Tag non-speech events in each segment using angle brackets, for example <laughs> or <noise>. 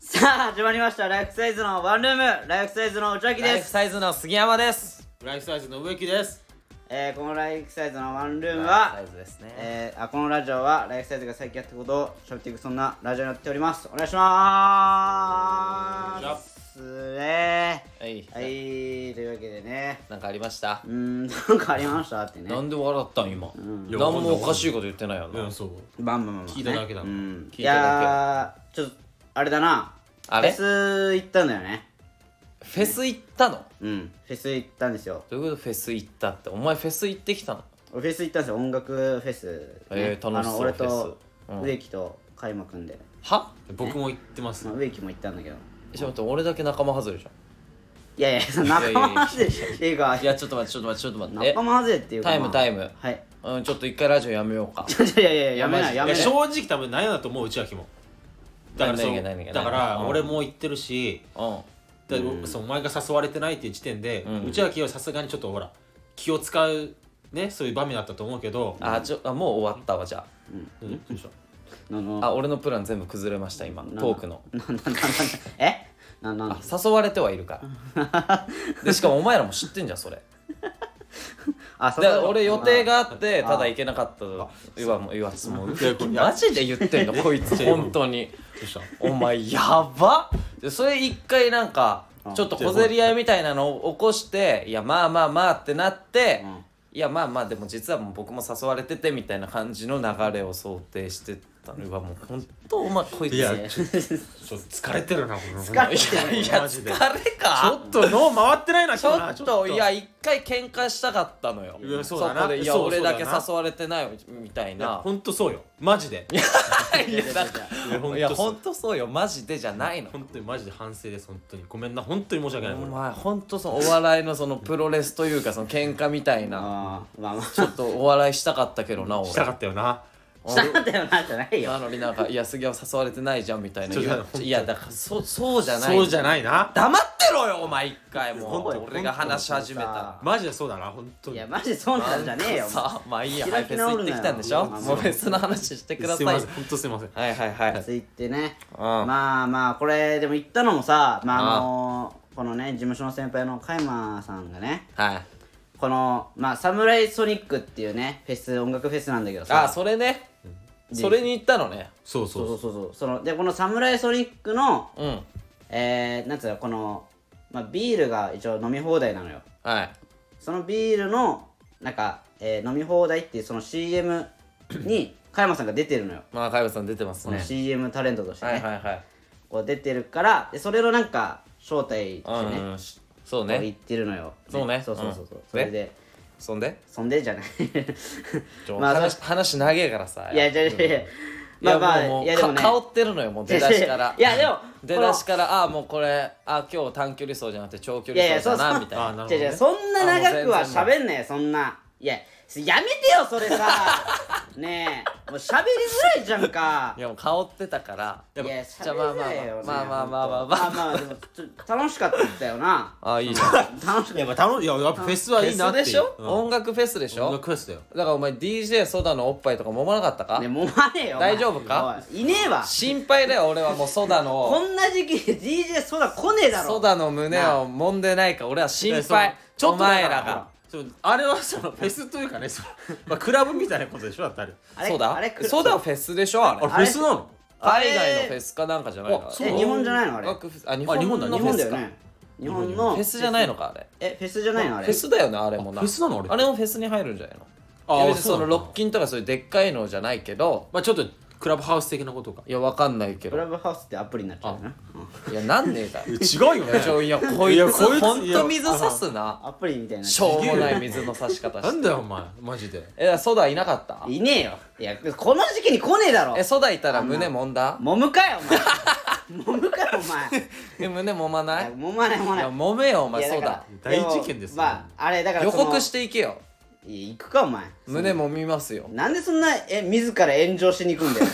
さあ始まりましたライフサイズのワンルームライフサイズの内脇ラでイフす、サイズの杉山です。ライフサイズの植木です。えー、このライフサイズのワンルームライはフサイズですね。えー、あこのラジオはライフサイズが最近やったことをしょっていくそんなラジオになっておりますお願いしますねはい、はいというわけでねなんかありましたうー。んなんかありましたってねなんで笑ったん今。いや何もおかしいこと言ってないよう、。なんそう。バンバンバンバン、ね、聞いただけだうなん聞いただけいやーちょっとあれだなあれフェス行ったんだよねフェス行ったの？うんフェス行ったんですよどういうことフェス行ったって？お前フェス行ってきたの？俺フェス行ったんですよ音楽フェス、えー楽しあのそう俺フェとスうん植木と開幕組んで、は？僕も言ってますまあ、。植木も行ったんだけどちょっと待って俺だけ仲間外れじゃん。いやいやその仲間外れっていうかいやちょっと待ってちょっと待ってちょっと待って。仲間外れっていうかタイムタイムはい <laughs> えうんちょっと一回ラジオやめようか。いやいやいややめないいややいめやない正直多分悩んだと思う内きも。だからそ何うが何が何がだから俺も言ってるし、うん。だそうお前が誘われてないっていう時点で、内きはさすがにちょっとほら気を使うねそういう場面だったと思うけど。あちょあもう終わったわじゃうんどうしたなのあ。あ俺のプラン全部崩れました今トークの。ななななえななんだあ誘われてはいるから。でしかもお前らも知ってんじゃんそれ。あそでうそう俺予定があってただ行けなかったと言わもう言わずもうマジで言ってんのこい <laughs> つ本当にどうしたお前やばでそれ一回なんかちょっと小競り合いみたいなのを起こしていやまあまあまあってなってうんいやまあまあでも実はもう僕も誘われててみたいな感じの流れを想定してたのうわもう本当お前こいついやいやちょちょっと疲れてるなこの。疲れてるいやマジ疲でれちょかっと脳回ってないなちょっといや一回喧嘩したかったのよいやそうだなこでいやそう俺だけそうだな誘われてないみたいな本当そうよマジで。いやだかいやらほんとそいや本当そううよマジでじゃないの本当にマジで反省です本当にごめんな本当に申し訳ないおこれ前本当そのお笑いのそのプロレスというかその喧嘩みたいなあーまあまあちょっとお笑いしたかったけどな俺したかったよな <laughs> したんだよなじゃないよなのになんか「いや杉山誘われてないじゃん」みたいなちょいや本当いやだからそそうじゃないそうじゃないな黙ってろよお前一回も本う当俺が話し始めたらマジでそうだな本当いにやマジでそうなんじゃねえよさあまあいいやは開いフきェス直行るなってよきたんでしょまあまあもうフェスの話してくだすさいいません本当すいませんはいはいはいついてねんまあまあこれでも言ったのもさまああのこのね事務所の先輩の加山さんがねはいこのまあサムライソニックっていうねフェス音楽フェスなんだけどさあそれねそれに行ったのねそうそそううそそううそうそうそのでこのサムライソニックのうんえー、なんつうのこの、まあ、ビールが一応飲み放題なのよはいそのビールのなんか、えー飲み放題っていうその CM <clears throat> に加山さんが出てるのよまあ、かいぶさん出てますこのね。 CM タレントとしてね、はいはいはい。こう出てるからでそれのなんか招待してね、うんうん、しそうこう言ねっ。てるのよそうねそうそうそうそううんそれでそんで、そんでじゃないちょまあ話話長えからさ。いやじゃあいやいやまあまあもうもういやでもねか香ってるのよ、もう出だしから。いやでも <laughs> 出だしから、ああ、もうこれ、ああ、今日短距離走じゃなくて長距いやい離や走そうだそうな、みたいあな。なるじゃじゃそんな長くは喋んなよそんないやすやめてよそれ <laughs> さねえもう喋りづらいじゃんかいや、もう香ってたから。いやじゃあまあ喋りづらいよねまあまあまあまほあんとまあまあでもちょ楽しかったよな <laughs> ああ、いいじゃん。フ楽しかいやっまあ楽しいややっぱフェスはいェいなスっていでうしょ、うん音楽フェスでし音ょ楽フェスだよだからお前 DJ ソダのおっぱいとか揉まなかったか、たねもまねえよお前大丈夫かおいいねえわ心配だよ俺はもうソダ <laughs> このんな時期で DJ ソダ来ねえだろソダの胸を揉んでないか俺は心配ちょっとおだから前らがそうあれはそのフェスというかねそのまあクラブみたいなことでしょだってあれあれそうだあれ来るそうだフェスでしょあれあフェスなのあれ海外のフェスかなんかじゃないのあそうえ日本じゃないのあれ音楽フェスあ日あ日本だ本の日フェ本だスよかね日本のフェスじゃないのかあれえフェスじゃないのあれフェスだよねあれもなあフェスなのあれあれもフェスに入るんじゃないのあいや別にそそうなののロッキンとかそういうでっかいのじゃないけどまあちょっとクラブハウス的なことかいやわかんないけクラどブハウスってアプリになっちゃうなうんいやなんねえだ違ようよいやちょいやこいいやつこいつほんいやと水差すなアプリみたいになっちしゃうょうもない水の差し方なしんてだよお前マジでえソダいなかったいねえよいやこの時期に来ねえだろえソダいたら胸揉んだ揉むかよお <laughs> 前揉むかよお前え胸揉まないいや揉まない揉まいないや揉めよおい前やだソダから大事件ですよもまああれだから予その告していけよいや行くかお前胸揉みますよなんでそんなえ自ら炎上しに行くん <laughs> だよ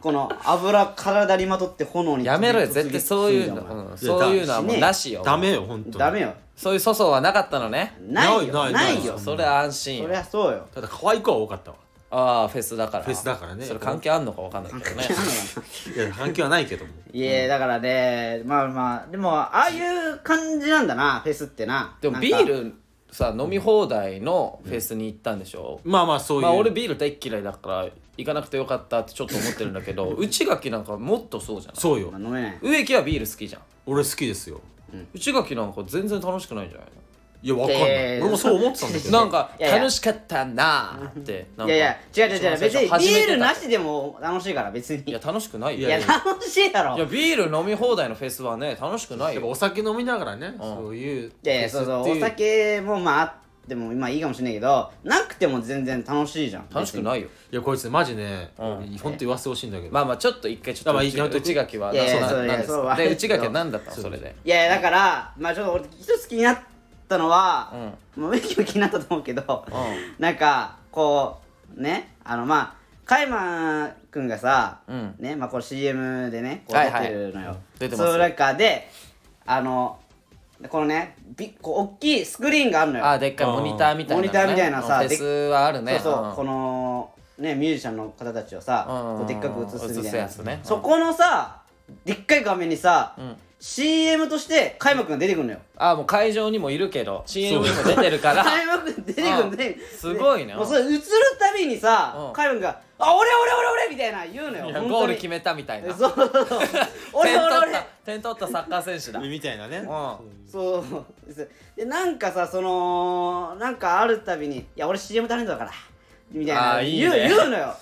この油体にまとって炎にやめろよ突撃絶対そういう突撃すんだよの、うん、すんだお前そういうのはもうなしよダメよ本当にダメよそういう粗相はなかったのねないよなないいないようんそれは安心そよりゃそうよただ可愛い子は多かったわああフェスだからフェスだからねそれ関係あんのかわかんないけどねいや反響はないけどもいやだからねまあまあでもああいう感じなんだなフェスってなでもビールさ飲み放題のフェスに行ったんでしょ、まあまあそういう、まあ俺ビール大っ嫌いだから行かなくてよかったってちょっと思ってるんだけど内垣なんかもっとそうじゃないそうよなんか飲めない植木はビール好きじゃん俺好きですよ内垣なんか全然楽しくないんじゃないいやわかんない、えー俺もそう思ってたんだけどなんかいやいや楽しかったなーってなんいかやいや違う違う違う一番最別初に初めビてールだなしでも楽しいから別にいいや楽しくないよや楽しいだろいやビール飲み放題のフェスはね楽しくないやっぱよお酒飲みながらね、そういういやいやそうそうお酒もまああっても今いいかもしれないけどなくても全然楽しいじゃん楽しくないよいやこいつマジね、うんほんと言わせてほしいんだけど、まあまあちょっと一回ちょっとまあ内やめとく内垣はいやいやなそうないんやですそうかはで内垣は何だったのそれでいやいやだからまあちょっと俺一つ気になったのは、もうメキも気になったと思うけど、うなんかこうねあのまあカイマン君がさ、うんねまあこれ CM でねこうはい出はいてるのよ、出てますよその中であのこのねびこう大きいスクリーンがあるのよああでっかいモニターみたいなのねモニターみたいなさうんフェスはあるねそうそう、んこのねミュージシャンの方たちをさ、うんこうでっかく映すみたいな映すやつねうんそこのさでっかい画面にさ、CM として開幕が出てくるのよああもう会場にもいるけど CM にも出てるから <laughs> 開幕出てくるうんんで、すごいねもうそれ映るたびにさ、うん開幕が「あ俺俺俺俺」みたいな言うのよい本や当にゴール決めたみたいなそうそうそう俺俺俺 <laughs> 点取った点取ったサッカー選手だみたいなね、うそうですでなんかさそのなんかあるたびに「いや俺 CM タレントだから」みたいあなーいい言うね言うのよ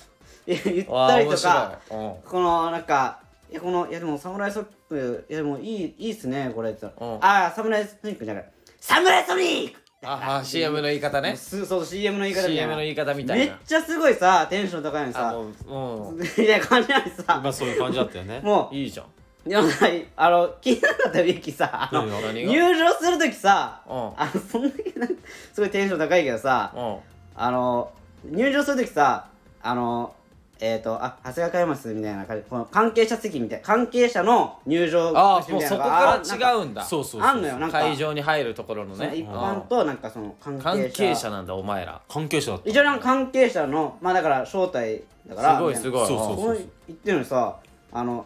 言ったりとかわあ面このなんか「いやこのいやでも侍ソニックいやでもいいいいっすねこれ」って言ったらうんああ侍ソニックじゃない侍ソニック!」ああ CM の言い方ねすそう CM の言い方みたい CM なの言い方みためいっなちゃすごいさテンション高いのにあさもううんみたいな感じなのにまさあそういう感じだったよねもいいじゃんうでもさあの気になかったウィキさあの何が何が入場するときさ、うんあのそんだけなんかすごいテンション高いけどさ、うんあの入場するときさあのえっ、ー、とあ長谷川佳山ですみたいな感じこの関係者席みたいな関係者の入場ああ口もみうたいそなこのかがら違あうんだそうそうそうあんのよなんか会場に入るところのなんかね一般となんかその関係者関係者なんだお前ら関係者だった一応なんか関係者のまあだから招待だからすごいみたなすごいそうそうこの言ってるのにさあの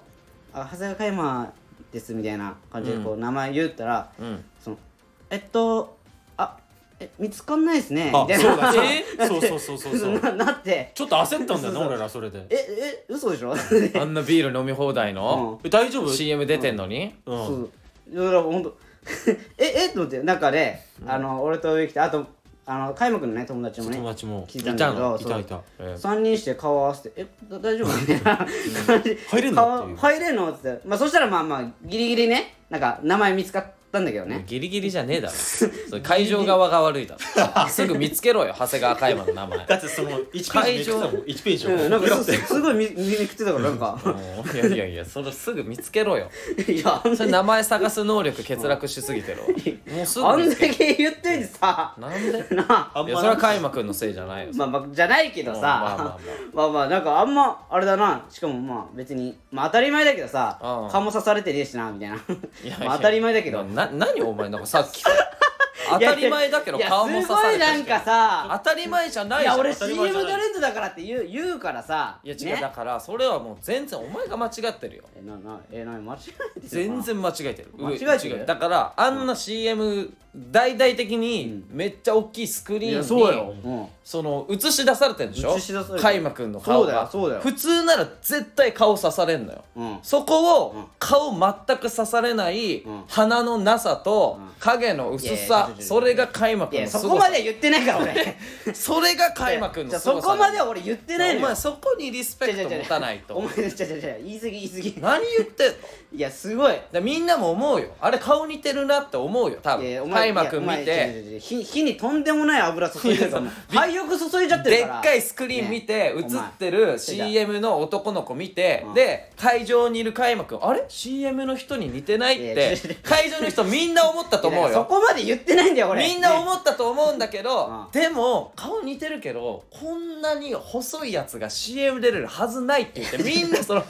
あ長谷川佳山ですみたいな感じでこう名前言ったら、うんそのえっとあえ見つかんないですねあみたいなそうだそうだ <laughs> えそうそうそうそう <laughs> そうななってちょっと焦ったんだよねそうそう俺らそれでええ嘘でしょあんなビール飲み放題のえ大丈夫 CM 出てんのにうんそういやだからほんと <laughs> ええと思って中で、あの俺と植木とあとあの海馬君のね友達もね友達も聞いたんだけどいたいたえ3人して顔合わせて「えだ大丈 <laughs> 夫?」みたいな感じ入れんの顔っていう入れんの?」っつって、まあ、そしたらまあまあギリギリねなんか名前見つかったんだけどねギリギリじゃねえ <laughs> だろそれ会場側が悪いだろすぐ見つけろよ長谷川嘉山の名前だってその1ページめくってたもん1ページうをん、なんかめくすってすごい見見にくってたからなんかもういやいやいやそれすぐ見つけろよ <laughs> いやあんそれ名前探す能力欠落しすぎてるわもうすぐあん見だつけけ言っといてさなんでなああんいやまそれは嘉山君のせいじゃないよまあまあじゃないけどさ、うまんまああままあ <laughs> あまあ、なんかあんまあれだなしかもまあ別にまあ当たり前だけどさ、うん顔も刺されてねえしなみたいないやいやまあ当たり前だけどな何お前なんかさっき <laughs> から当たり前だけどいや顔も刺されいやたすごいなしんかさ当たり前じゃないいじゃやん俺当たり前 CM じゃないタレントだからって言う言うからさいや違う、だね、からそれはもう全然お前が間違ってるよえななえな間違えてる全然間違えてる間違えてるう違うだからあんな CM 大々的にめっちゃ大きいスクリーンに、うんその映し出されてるんでしょ映し出されてる海馬くんの顔がそうだよそうだよ普通なら絶対顔刺されんのよ、うんそこを顔全く刺されない、ん鼻のなさと、影の薄いやいさやいやいやそれが海馬いくんやのそすこごまさでは言ってないから俺 <laughs> それが海馬くじんゃのあすごそさこまではは俺言ってないおの前よそこにリスペクト持たないおと前違う違う違う言い過ぎ言い過ぎ何言ってんのいやすごいでみんなも思うよあれ顔似てるなって思うよ多い分やいやおカ前イマくん見いやお前違てう違う違う火火にとんでもない油注いでるからお前廃浴注いじゃってでるっからかいスクリーン見て映ねってる CM の男の子見てうんで会場にいるカイマくんあれ CM の人に似てないっいや違うて違う会場の人みんな思ったと思ういやだよからそこまで言ってないんだよ俺みんなね <laughs> 思ったと思うんだけどうんでも顔似てるけどこんなに細いやつが CM 出れるはずないって言ってみんなその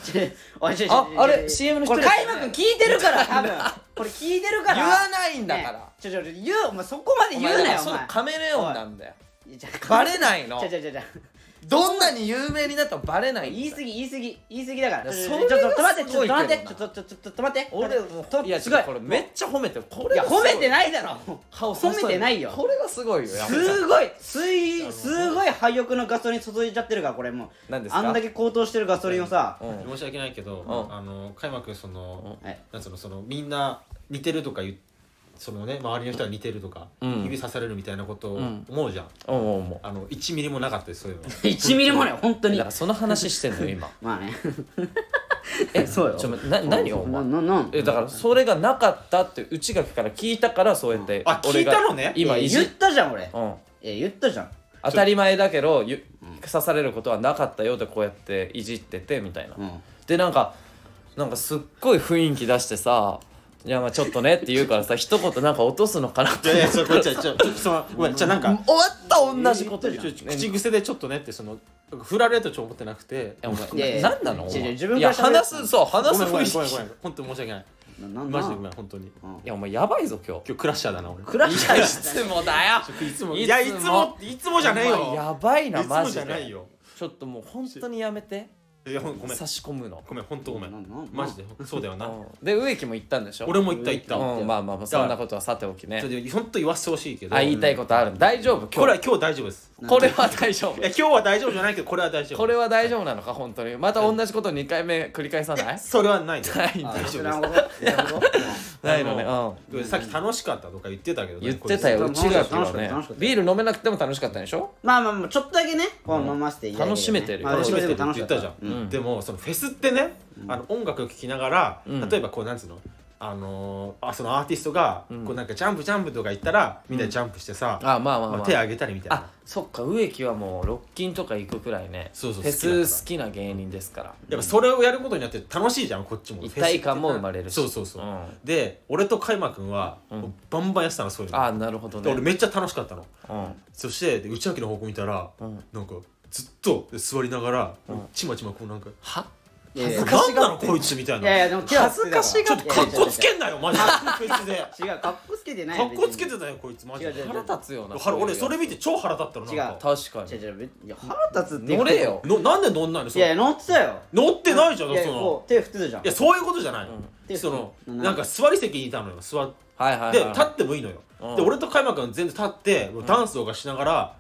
おいちょいちょい <laughs> あちょいちょいあれ CM の人これです開よね幕君聞いてる <laughs> から多分これ聞いてるから言わないんだからねちょちょちょ言うお前そこまでお言う前だなかよおらその前カメレオンなんだよ <laughs> いやじゃあバレないのちょちょちょちょどんなに有名になってもバレない言い過ぎ言い過ぎ言い過ぎだからいやちょそちれょちょっと待ってちすょごっいと待ってけちょどちょちょちょちょっと待って俺もといやす違ごいうこれめっちゃ褒めてるこれいや褒めていないだろ顔褒めてないよこれがすごいよやっぱすごいすいすごい廃浴のガソリン注いじゃってるからこれもう何ですかあんだけ高騰してるガソリンをさ、うん申し訳ないけど、うんあの開幕その、はいなんつうのそのみんな似てるとか言うそのね周りの人は似てるとか、うん指さされるみたいなことをうん思うじゃん、おうおうもあの1ミリもなかったですそういうの1ミリもない本当うだにからその話してん <laughs> のよ今まあ <laughs> ねえそうよちょ待ってな何よお前なななんえだからそれがなかったって内垣から聞いたからそうやってあ俺が聞いたのね今えいじ言ったじゃん俺うんえ言ったじゃん当たり前だけどゆ刺されることはなかったよってこうやっていじっててみたいな、うんでなんかなんかすっごい雰囲気出してさ「いやまあちょっとね」って言うからさ一言なんか落とすのかなっていやいやそこちょちょちょそ <laughs> のごめんじゃなんか終わった同じことちじゃんょちょ口癖でちょっとねってその振られるとちょ思ってなくて <laughs> えおいやい前や何なのお違う違う前自分いからや喋る話すそうご話すめん雰ごめ囲んごめ気んごめん本当申し訳ないななマジでごなめん本当にいやお前やばいぞ今日今日クラッシャーだな俺クラッシャーいつもだよいつもいつもいやいつもいつもじゃないお前よやばいいなつもマジじゃないでよちょっともう本当にやめていやほんごめん差し込むのごめん本当ごめなんんなんマジでそうだよなうんで植木も言ったんでしょ俺も行った行ったうちんまあまあまあそんなことはさておきねょっと本当言わせてほしいけどあ言いたいことある大丈夫こ今れは日今日大丈夫ですこれは大丈夫いや今日は大丈夫じゃないけどこれは大丈夫これは大丈夫なのか本当にまた同じこと2回目繰り返さないそれはないんだよないんだあ大知丈夫ですらんこと知らんこと <laughs> ないのねあでさっき楽しかったとか言ってたけどうんね言ってたよこい内つ垣楽しはかった楽しかねったビール飲めなくても楽しかったんでしょまあまあまあちょっとだけねこう飲ませていただい楽しめてるよまあ楽しめてるって楽言しったかじゃうんん、でもそのフェスってね、あの音楽を聴きながら、うん例えばこうなんつうのあのーあそのアーティストがこうなんかジャンプジャンプとか言ったらみんなジャンプしてさ、あまあまあままあ、あ手挙げたりみたいあなそっか植木はもうロッキンとか行くくらいねそうそうフ好きだからェス好きな芸人ですからやっぱそれをやることによって楽しいじゃんこっちも一体感も生まれるしそうそうそう、んで俺と海馬くんはもうバンバンやってたのそういうの、あなるほどで俺ねめっちゃ楽しかったのうんそしてで内明の方向見たら、んなんかずっと座りながら、ちまちまこうなんかは恥「何なのこいつ」みたいいなやいやでも恥ずかしちょっとかっこつけんなよマジで <laughs> 別で違う格好つけてないかよっこつけ別てたよこいつマジ違う違でう腹立つよな腹俺それ見てて超腹立ったのなんか確かにに違う違う別いや腹立つっていう乗かれよのなんで乗んないのそいやいやれ乗ってたよ乗ってないじゃんいそやこのう手振ってたじゃんいやそういうことじゃないうんそのうんなんか座り席にいたのよ座っはいはいではい立ってもいいのようんで俺と開幕君全然立ってもうダンスとかしながら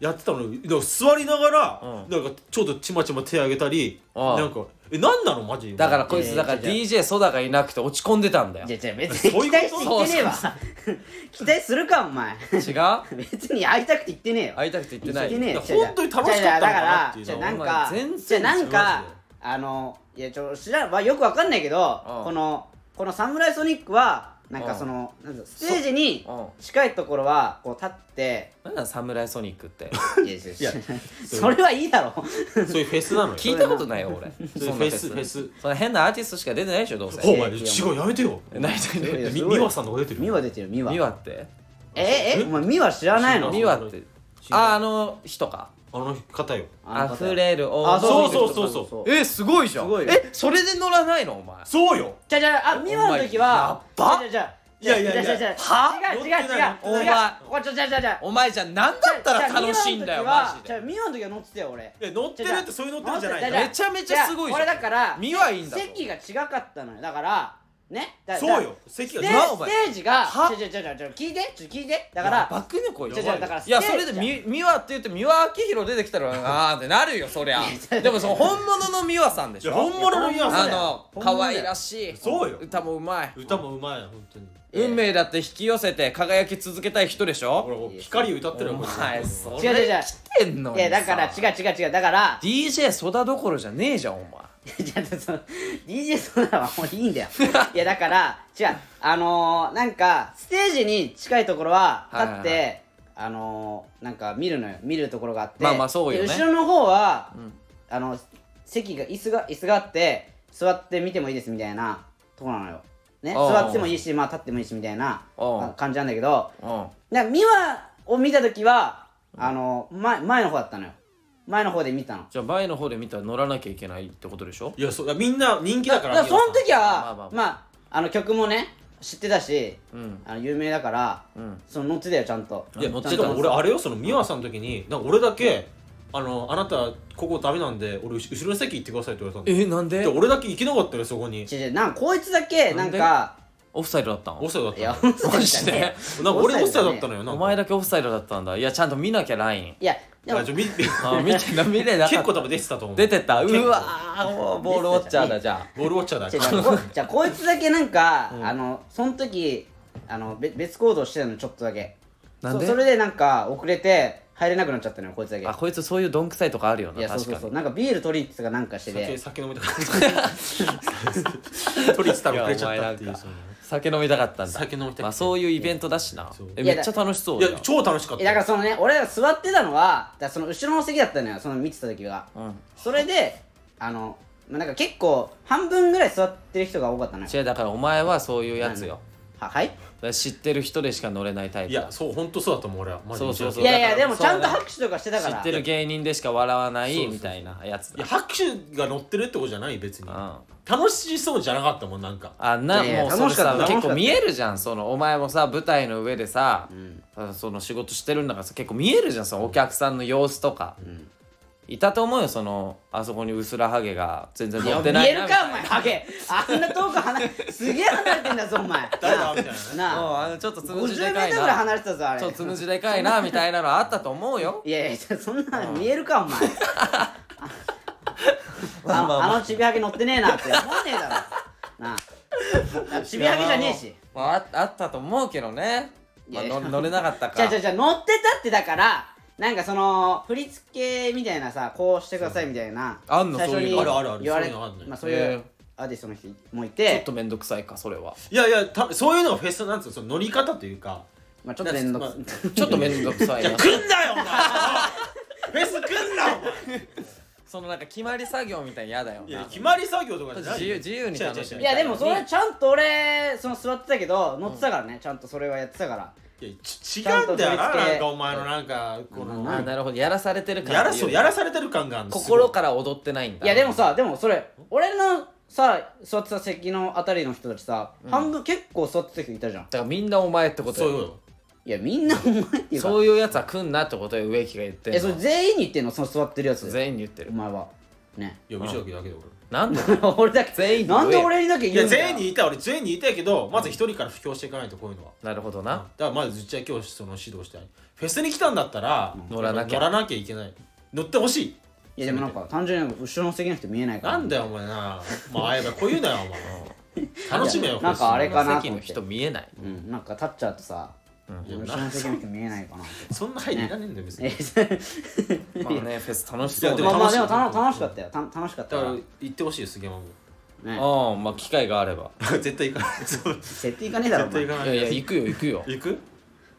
やってたのにでも座りながらうんなんかちょっとちまちま手挙げたりああなんかえなんなのマジでだからこいいつやだからいやい DJ ソダがいなくて落ち込んでたんだよい違や違うう別にそうい期うこと待して言ってねえわ <laughs> 期待するかお前 <laughs> 別に会いたくて言ってねえよ会いたくて言ってない言ってねえよいや本当に楽しかったのかなっていうじゃのあはなんかお前全然じゃあなんか違うよあのいやちょ知らんわよくわかんないけどうんこのこのサムライソニックはなんうかんそのなんだろうステージにうん近いところはこう立ってなんなんサムライソニックって <laughs> いやいやいや <laughs> いそれはいいだろ <laughs> そういうフェスなのよ聞いたことないよ俺そういうそんフなェスフェスその変なアーティストしか出てないでしょどうせほうお前違うやめてよえないないないいやみすごい美和さんの方が出てるミワ出てるミワミワってええお前ミワ知らないの知ミらワんってああの人かあの方よあの方溢れるあそううそうそうそうそうえすごいじゃんすごいよえそれで乗らないのお前そうよじゃあじゃああミワの時はお前やっばじゃあじゃあいやいやいやじゃあじゃあじゃあは違う違う違う違う乗ってないここちょじゃあじゃあじゃあお前じゃあ何だったら楽しいんだよマジじゃあでミワの時は乗ってたよ俺いや乗ってるってそういう乗ってるんじゃないじんゃあだじよゃめちゃめちゃすごいじゃん俺だからミワいいんだぞ席が違かったのよだからねだそうよ席だがステなおー前ステージがはちょちょちょちょちょ聞いてちょ聞いてだだからバックねこいつじゃあじゃあだからいやステそージれでみ美和って言って美輪明宏出てきたらあーってなるよそりゃでもその本物の美和さんでいしやょ本物の美和さんだよあの可愛らしいそうよ歌もうまい歌もうまいよ本当に運命だって引き寄せて輝き続けたい人でしほょら光歌ってるおよこいつ前そ違う違う違れう来てんのいにさやだから違う違う違うだから DJ ソダどころじゃねえじゃんお前 <laughs> じゃあその DJ ソーダはもういいんだよいやだから違うあのー、なんかステージに近いところは立って、はいはあのー、なんか見るのよ見るところがあってまあまあそうよねで後ろの方は、あの席が椅子が椅子があって座って見てもいいですみたいなとこなのよ、ね、おうおう座ってもいいしまあ立ってもいいしみたいなおうあ感じなんだけどうんなんか美和を見た時はあの前前の方だったのよ前の方で見たのじゃあ前の方で見たら乗らなきゃいけないってことでしょいやそういやみんな人気だだからからその時はままああまあまああの曲もね知ってたし、うんあの有名だから、うんその乗ってたよちゃんといやちゃん乗とっててたか俺あれよその美和さんの時になんか俺だけあのあなたここダメなんで俺うし後ろの席行ってくださいって言われたんえなんでで俺だけ行けなかったよそこに違う違うなんかこいつだけなんかオフサイドだったのオフサイドだっいたやの本当 <laughs> マにジでなんか俺オオフフササイイドドだったのよなんおか前だけオフサイドだったんだいやちゃんと見なきゃラインいやでいもやちょ見てあ見てな見れなか <laughs> 結った構多分出てたと思う出てたうわーもうボールウォッチャーだじゃあボールウォッチャーだ違けう違うこじゃあこいつだけなんか、あのその時あのべ別行動してたのちょっとだけなんでそそれでなんか遅れて入れなくなっちゃったのよこいつだけあこいつそういうどんくさいとかあるよいなやそう確そうかそうになんかビール取りってかなんかして酒て酒飲みたかった取りつたら遅れちゃったっていいやお前なうんかその酒飲みたかったんだ酒飲みたくてまあそういうイベントだしなそうえいやめっちゃ楽しそういじゃやん超楽しかっえただよからそのね俺ら座ってたのはだからその後ろの席だったのよその見てた時がうんそれであのまあなんか結構半分ぐらい座ってる人が多かったのよ違うだからお前はそういうやつよははいだから知ってる人でしか乗れないタイいプだやそう本当そうだと思う俺はマジそでうそうそういやいやだからでもちゃんとそうだね拍手とかしてた知からってる芸人でしか笑わないみたいなやついやだ拍手が乗ってるってことじゃない別にうん楽しそうじゃなかったもんなんかあんないやいやもうそれ楽しかさった楽しか結った構見えるじゃんそのお前もさ舞台の上でさ、あその仕事してるんだからさ結構見えるじゃんそのお客さんの様子とか、いたと思うよそのあそこにうすらハゲが全然乗って見ないえるなみたいかお前ハゲあんな遠く離れすげえ離れてんだぞお前誰だみたいなねなあうんあのちょっとつむじで 50m ぐからいいな離れてたぞあれちょっとつむじでかいなみたいなのあったと思うよ <laughs> いやいやそんな見えるかお前まあまあああのちびはげ乗ってねえなって思わねえだろなあちびはげじゃねえしまあああったと思うけどね、まあ、いやの乗れなかったじゃかあじゃあじゃあ乗ってたってだからなんかその振り付けみたいなさこうしてくださいみたいなあんの最初そういにうのあるあるある言われそういうのあるねまあそうへいえうアーティストの人もいちょってと面倒くさいかそれはいやいやたそういうのがフェスなんですよその乗り方というかまあちょっと面倒くまさちょっと面倒くさいいやな来んなよ <laughs> お前フェス来んなお前そのなんか決まり作業みたいに嫌だよないや決まり作業とかじゃない自由自由に楽しむ違う違う違う <laughs> いやでもそれちゃんと俺その座ってたけど乗ってたからねちゃんとそれはやってたからいやち違うんだちゃんよなと振り付けなんかお前のなんかこのあなるほどやらされてるからやってらいうそうやらされてる感があるんです心から踊ってないんだいやでもさでもそれ俺のさ座ってた席のあたりの人たちさ半分結構座ってた人いたじゃんだからみんなお前ってことそうよいうこいやみんなお前っていうかそういうやつは来んなってことよ植木が言ってんのえそれ全員に言ってんのその座ってるやつ全員に言っておる前はねといや見せだけだけど俺なんで <laughs> 俺だけ全員に言えなんで俺にだけい言うやんだ全員にいた俺全員にいたけどまず一人から布教していかないとこういうのはなるほどだなか、らまず実は今日その指導したいフェスに来たんだったら乗らなきゃ乗らなきゃいけない乗ってほしいいやでもなんか単純になんか後ろの席の人見えないからなんだよお前なまあ会えばこういうなよお前楽しめよなんかあれフかなと席思のって人見えないうんなんか立っちゃうとさ後ろの席の人見えないかなェスそんな配慮いらねえんだよ別にえまだあねフェス楽しそういやででもまあまあ楽 <laughs> しでいも楽楽しかったよた楽しかったかからら行ってほしいよ杉山も <laughs> ねうんまあ機会があれば絶対行かないそう絶設定いかねえだろお対前行かないいやいや行くよ行くよ行く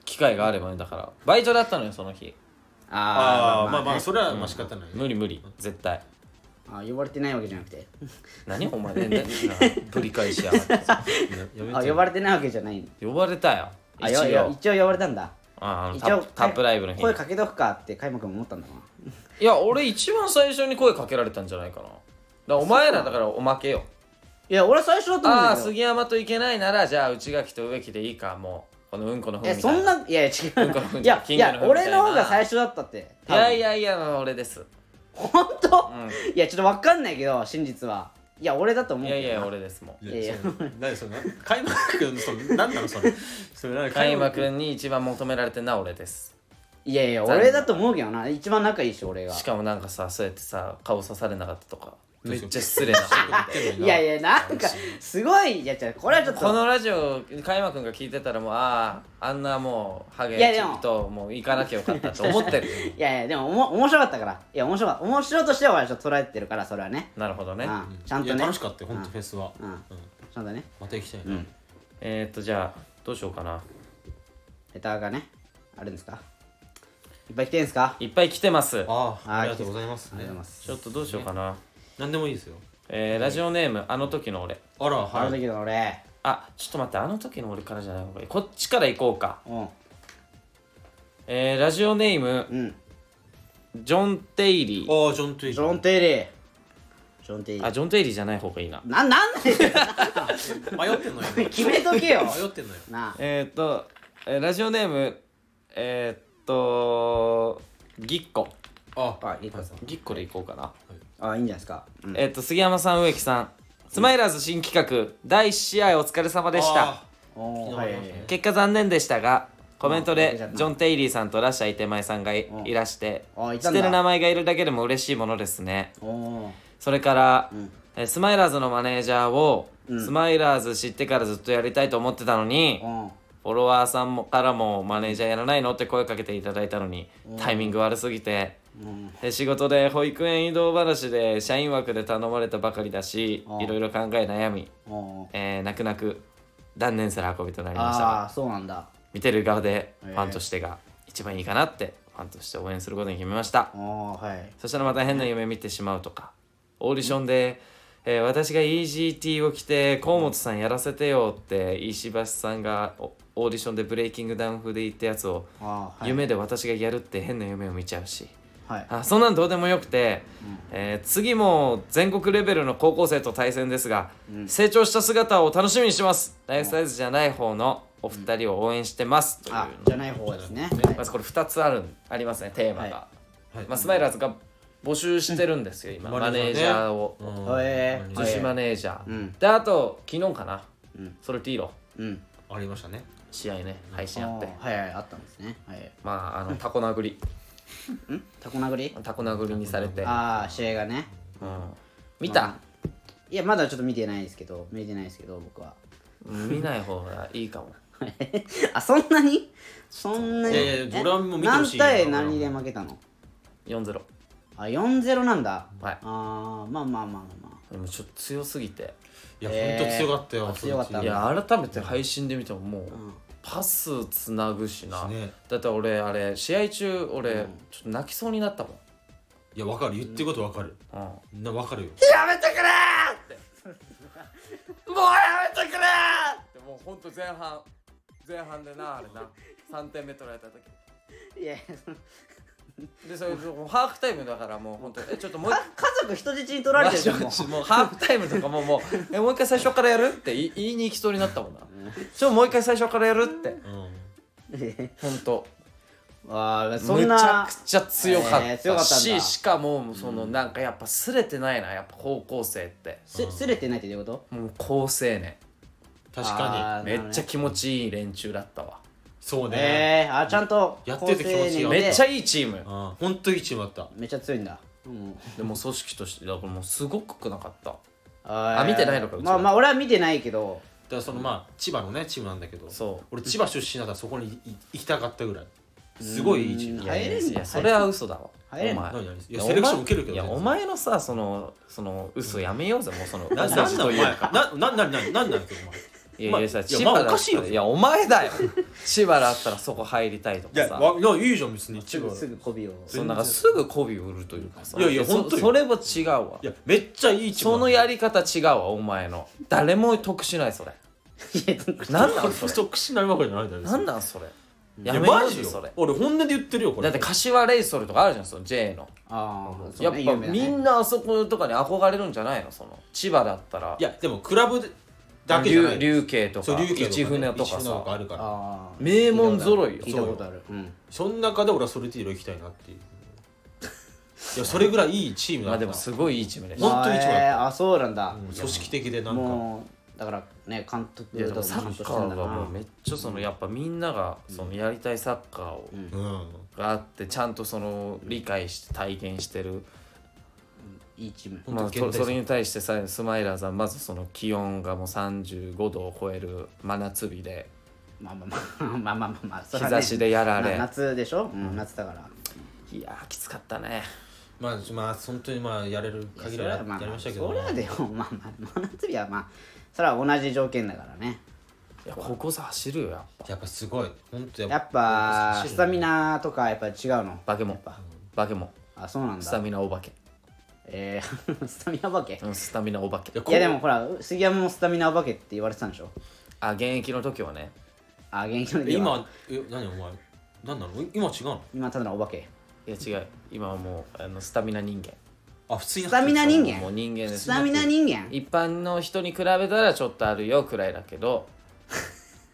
機会があればねだからバイトだったのよその日ああまあねまあそれはまあ仕方ない無理無理絶対あ呼ばれてないわけじゃなくて何お前 <laughs> ねなぶり返しやがってやめあて呼ばれてないわけじゃないの呼ばれたよあ一よよ応一応呼ばれたんだああの一タッ応プタップライブの日に声かけとくかって開幕も思ったんだないや俺一番最初に声かけられたんじゃないかなだからお前らだからおまけよいや俺最初だと思うんあだあーけど杉山といけないならじゃあ内垣と植木でいいかもうこのうんこのふえみそたいんなないやいや違文化の風うみいたいなやいや俺の方が最初だったって多分いやいやいや俺です本当いやちょっと分かんないけど真実はいや俺だと思ういけどやないや俺ですもういいやいやその何その開幕君その何なのそれそれ何開幕君に一番求められてんのは俺ですいやいや俺だと思うけどな一番仲いいし俺がしかもなんかさそうやってさ顔刺されなかったとかめっちゃ失礼なこと言っていやいやなんかすごいいやじゃこれはちょっことのラジオ開幕君が聞いてたらもうあああんなもうハゲいやでちもょっともう行かなきゃよかったと <laughs> 思ってるいやいやでもおも面白かったからいや面白かった面白としては俺はちょっと捉えてるからそれはねなるほどねうんちゃんといねや楽しかったよ本当フェスはうんちゃんとねまた行きたいなえー、っとじゃあどうしようかなネタがねあるんですかいっぱい来てんすかあいっぱい来てますあはあいありがとうございますりねがとうございますちょっとどうしようかな、何でもいいですよえー、ラジオネームあの時の俺あらあのはい時の俺あちょっと待ってあの時の俺からじゃない方がいいこっちから行こうかうんえー、ラジオネームうんジョン・テイリーああジョン・トゥイジョン・テイリージョン・テイリあージョン・テイリーじゃない方がいいなななんで <laughs> 迷ってんのよ今決めとけよ迷ってんの <laughs> よなあえー、っと、えーラジオネームえー、っとぎっこああいいかさんぎっこでいこうかなあいいんじゃないですか、うんえっと杉山さん植木さんスマイラーズ新企画第1試合お疲れ様でしたあおー昨日はあいりましたね結果残念でしたがコメントうんでジョン・テイリーさんとラッシャー・イテマイさんがいうんいらしてあいた知っんだてる名前がいるだけでも嬉しいものですねおーそれから、んえースマイラーズのマネージャーを、スマイラーズ知ってからずっとやりたいと思ってたのに、うんフォロワーさんもからもマネージャーやらないのって声かけていただいたのにタイミング悪すぎて、うんで仕事で保育園移動話で社員枠で頼まれたばかりだしああいろいろ考え悩み、おーえー泣く泣く断念する運びとなりましたがああそうなんだ見てる側でフええァンとしてが一番いいかなってファンとして応援することに決めましたおーはいそしたらまた変な夢見てしまうとかオーディションで、えー私が EGT を着て河本さんやらせてよって石橋さんがおオーディションでブレイキングダウン風で言ったやつをあーはい夢で私がやるって変な夢を見ちゃうしはいあそんなんどうでもよくて、えー次も全国レベルの高校生と対戦ですが、成長した姿を楽しみにしてますライフサイズじゃない方のお二人を応援してます、というあじゃない方ですねまずこれ2つあるありますねテーマが、いはいまあ、スマイラーズが募集してるんですよ、今ママネネーージジャーねャーを、うんはいえー女子マネージャー、んであと昨日かな、ソルティーロうんありましたね試合ね配信ああってーはいはいあったんですねはいまああのタコ殴りタコ殴りタコ殴りにされて、ああ試合がねうん、見た、いやまだちょっと見てないですけど見てないですけど僕はうん見ない方がいいかもあそんなにそんなにいやいやえドラムも見てほしい何対何で負けたの4-0あ4-0なんだはいあーまあまあまあまあまでもちょっと強すぎていやえー本当強かったよ強かったそのういちや改めて配信で見てももう、んパスつなぐしな、ねだって俺あれ試合中俺、ちょっと泣きそうになったもん、いやわかる言ってることわかるうん、なわかるよやめてくれーってもうやめてくれーってもうほんと前半前半でなあれな3点目取られた時あいやそのでそれもうハーフタイムだからもうほんとえちょっともう一あ家族人質に取られてるじゃんもうもうハーフタイムとかももうえもう一回最初からやるってい言いに行きそうになったもんなちょもう一回最初からやるってうほんとあーそんめちなゃくちゃ強かっえー強かたったんしだしかもそのなんかやっぱすれてないなやっぱ高校生ってすすれてないってどういうこともう高青年ん確かあーめっちゃなる気持ちいい連中だったわにそうほどねねえー、あちゃんとやってて気持ちいい構成によ入れめっちゃいいチームうん本当いいチームだっためっちゃ強いんだ、うん、でも組織としてだからもうすごくなかったああ見てないのかうちまらあまあ俺は見てないけどだからそのまあ千葉のねチームなんだけどそう俺千葉出身だからそこにいい行きたかったぐらいすごいいいチームうんい入れんのいやそれは嘘だわお入れ前んの何何いいややセレクション受けるいけどや全然お前のさそのその嘘やめようぜもうそのななんなんおとい前うかなななななんなんだよお前いやいまあやさいや千葉だまあおかしいよいやお前だよ千葉だったらそこ入りたいといかやさわいやいいじゃん別にす千葉ぐすぐ媚びをそのなんかすぐ媚び売るというかさいやいやそ本当よそれも違うわいやめっちゃいいチームそのやり方違うわお前の誰も得しないそれなんなんそれ <laughs> 特殊なわけじゃないだろ別なにんなんそれやいやめよマうジぜよそれ俺本音で言ってるよこだれって柏レイソルとかあるじゃんその J の <laughs> ああ、そやうっねぱ有名だねみんなあそことかに憧れるんじゃないのその千葉だったらいやでもクラブでだけじゃな竜い竜慶とそうか龍騎一船とか一船とかあさるからああ名門揃いよ聞いたことあるうんその中で俺はソルティーロ行きたいなっていういやそれぐらいいいチームだまっあたでもすごいいいチームでしほたんとに一番あえーあそうなんだうん組織的でなんかもうだからね監督いやでもちサゃんとッしカてんーだがなもうめっちゃそのやっぱみんながそのやりたいサッカーをうんがあってちゃんとその理解して体現してるいいチームんまあ、現そ代ですねそれに対してさスマイラーさんまずその気温がもう35度を超える真夏日でまあまあまあまあまあまあまあそれは日差しでやられな夏でしょうん夏だからいやーきつかったねまあまあ本当にまあやれる限りはやまありましたけどそれはでもまあまあ真夏日はまあそれは同じ条件だからねいや高校生走るよやっぱやっぱすごい本当やっぱスタミナナとかやっぱ違うのバケモンバケモンあそうなんスタだミナお化け、えー <laughs> スタミナ化けうん、スタミナお化けいやでもほら杉山もスタミナ化けって言われてたんでしょあ現役の時はねあ現役の時は今え何お前何なの今違うの今ただのお化けいや違う今はもうあのスタミナ人間あ普通にスタミナ人間もう人間ですスタミナ人間 <laughs> 一般の人に比べたらちょっとあるよくらいだけど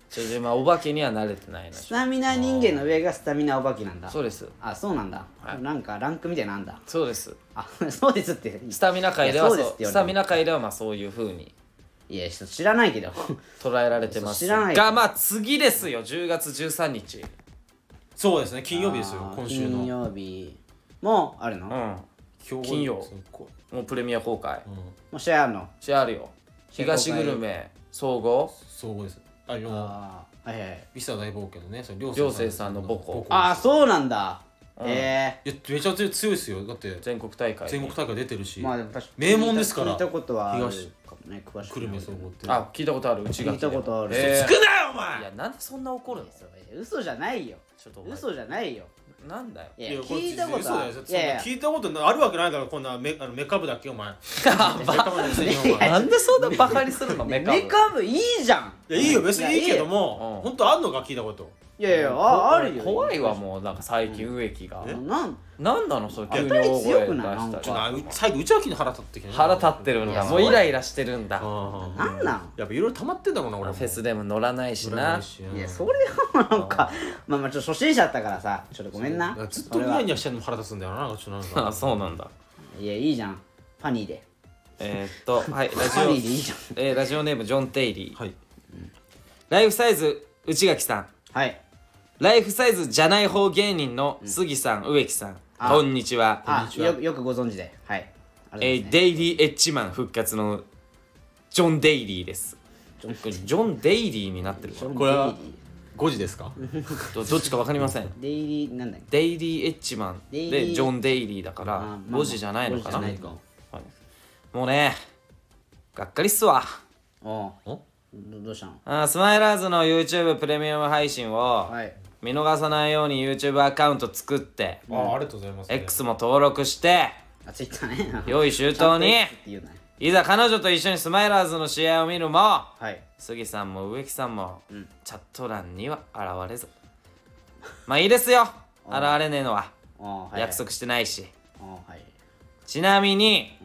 ちょっと今お化けには慣れてないなスタミナ人間の上がスタミナお化けなんだそうですあそうなんだ、なんかランクみたいなんだそうですあ <laughs> そうですってスタミナ界ではそいうやそうですって言われてもスタミナ界ではまあそういうふうにいやちょっと知らないけど捉えられてます知らないがまあ次ですよ10月13日そうですね金曜日ですよあー今週金の曜日もあるの、うんもも今日金曜そうこうプレミア公開ううんう試合あるのじゃああるよ東グルメ総合そうですあよあーはいはいビサ大冒険のねその涼星さんの母校あああそうなんだ、えいやめちゃくちゃ強いですよだって全国大会に全国大会出てるえしまあでも確か名門ですから聞いたことはある東かもね詳しく久留米総合ってあ聞いたことあるうちが聞いたことあるえー少ないお前いやなんでそんな怒るのそうえ嘘じゃないよちょっとお前嘘じゃないよなんだよいや聞いたことある嘘だよいやいや聞いたことあるわけないだろこんな <laughs> メあのメカブだっけ <laughs> お前メカブですねお前なんでそんなバカにするのメカメカブいいじゃんいやいいよ別にいいけどうもん本当あんのか聞いたこといやいやああるよ怖いわもうなんか最近植木がなんなんなのそれ急にやっ大ぱり強声く出ないしなんかたりちょっとなう最後内脇に腹立ってきてね腹立ってるんいだやもうイライラしてるんだうフんなんなんやっぱいろいろ溜まってんだもんな俺もェスでも乗らないし占ないしいやそれはなんかまあまあちょっと初心者だったからさちょっとごめんななんかずっとニヤニヤしてんのも腹立つんだよななんかちょっとな <laughs> んあかそうなんだいやいいじゃんファニーでえー <laughs> っとはいラファニーでいいジじゃんオえーラジオネームジョン・テイリーはいライフサイズ内垣さんはいライフサイズじゃない方芸人の杉さん植木さんあこんにちはあこんにちはよよくご存知ではいあえりーがとうございますねデイリー・エッジマン復活のジョン・デイリーですジョン・デイリーになってるジョンこれはデイリ5時ですかどどっちか分かりま <laughs> せんーデイリーなんだっけデイリー・エッジマンデイリーでジョン・デイリーだかあーまらあまあ5時じゃないのかな五時じゃないはいもうねがっかりっすわおうおどどうしたのあースマイラーズの YouTube プレミアム配信をはい見逃さないように YouTube アカウント作ってあありがとうございます X も登録してあツイッターね <laughs> 用意周到にちゃんと X って言うなよいざ彼女と一緒にスマイラーズの試合を見るもはい杉さんも植木さんも、チャット欄には現れずまあいいですよ現れねえのはおうはい約束してないし、おうはいちなみに、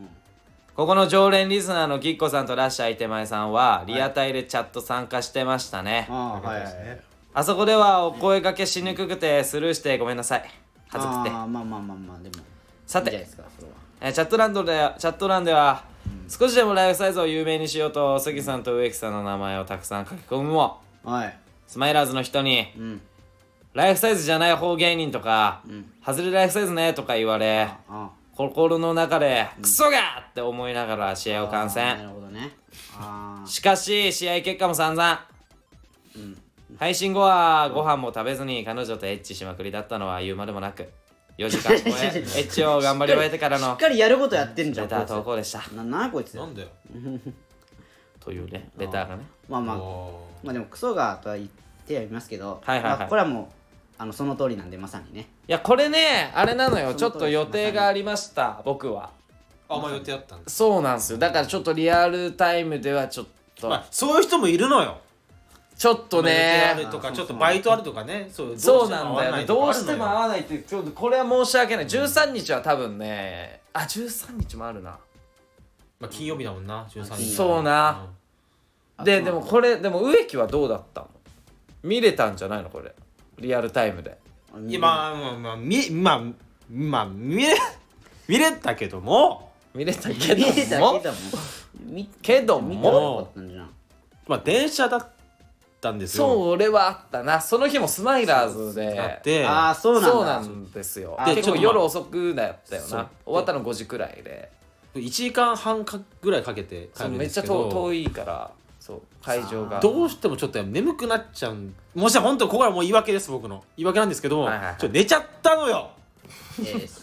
ここの常連リスナーのきっこさんとラッシャーいてまえさんはリアタイでチャット参加してましたね、ああはいはいはいあそこではお声掛けしにくくてスルーしてごめんなさい恥ずくてああまあまあまあまあでもさいいんじゃないてですかそれはえーチャットランドでチャット欄では、少しでもライフサイズを有名にしようと杉さんと植木さんの名前をたくさん書き込むもはいスマイラーズの人に、んライフサイズじゃない方芸人とか、外れライフサイズねとか言われ、あ心の中で、クソがって思いながら試合を観あな戦。るほどねああしかし、試合結果も散々。配信後はご飯も食べずに彼女とエッチしまくりだったのは言うまでもなく4時間超 <laughs> えエッチを頑張り終えてからしっのかりやることやってんじゃレんター投こ稿でしたいつななんだこいつなんだよというねレターがねまあまあおーまあでもクソがとは言ってはいますけど、はいはいはいまあこれはもうあのその通りなんでまさにねいやこれねあれなのよちそょの通っりと予定がありました僕はあんまあ予定あったんですそうなんですよだからちょっとリアルタイムではちょっと、まあそういう人もいるのよちょっと予定あねるとかちょっとバイトあるとかねそうそうなんだよねどどううししててもも合合わないってちょっとこれは申し訳ない13日は多分ねあ13日もあるなまあ金曜日だもんな13日そうなででもこれでも植木はどうだったの見れたんじゃないのこれリアルタイムでうんいやまあまあまあ見まあまあ見れ見れたけども見れたけ <laughs> 見どえたけどもも見けど見たらよもかったんじゃんまあ電車だったんですよそう俺はあったなその日もスマイラーズあでってああそうなんだそうなんですよあでで結構ちょっと夜まあ遅くだったよそなう終わったの5時くらいで1時間半かぐらいかけて帰そるうんめっでちゃすけ遠ど遠いからそう会場がどうしてもちょっと眠くなっちゃうんもし本当ここはもう言い訳です僕の言い訳なんですけど、はいはいはいちょっと寝ちゃったのよえーそ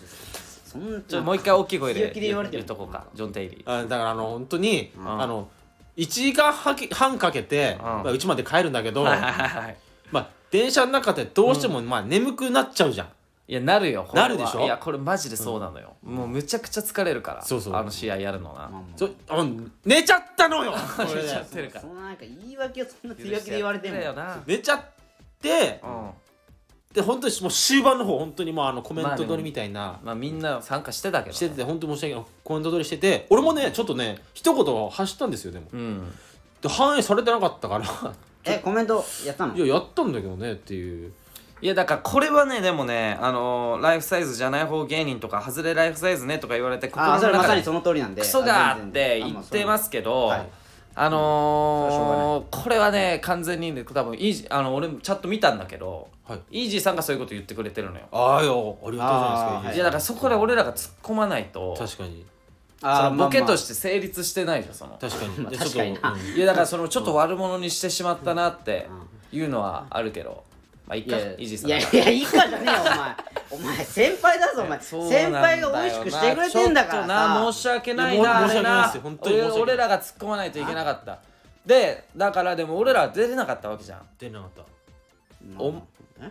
そんなちょもう一回大きい声で強気で言われてる言っとこうかジョン・テイリーあだからあの本当に、んあの1時間半け半かけて、んまあ、うちまで帰るんだけど、はいはいはいまあ、電車の中でどうしても、まあ、眠くなっちゃうじゃんいやなるよこれはなるでしょいやこれマジでそうなのよ、もうむちゃくちゃ疲れるからそうそうあの試合やるのな、まあまあそあ寝ちゃった <laughs> のよこれ寝ちゃっでてるかそらんななんか言い訳をそんな強気で言われても許してやってくれよな寝ちゃってうんで本当にもう終盤の方本当にもうあのコメンまあでトも撮りみたいな、まあみんな参加してたけどしてて本当申し訳ないコメント撮りしてて俺もねちょっとね一言発したんですよでもうんで反映されてなかったから <laughs> えコメントやったのいややったんだけどねっていういやだからこれはねでもねあのーライフサイズじゃない方芸人とか外れライフサイズねとか言われて心あのあそれま中さでにその通りなんでクソがーあって言ってますすけどはいあのそれはしょーこれはね完全にね多分イージあの俺もチャット見たんだけど、はいイージーさんがそういうこと言ってくれてるのよ、ああよありがとうございますあーはいい、やだからそこで俺らが突っ込まないと確かにそのボケとてして成立してないじゃんその確 <laughs> かにじゃあ確かにちょっといやだからそのちょっと悪者にしてしまったなっていうのはあるけどまあいいいかやイージーさんいやいやいいかじゃねえよお前お前先輩だぞお前そう先なんだ輩よがな美味しくしてくれてんだからちょっとさな申し訳ないいやな申し訳ないであすよれ本当に申し訳な俺い俺らが突っ込まないといけなかったでだからでも俺らは出れなかったわけじゃん出なかったおえ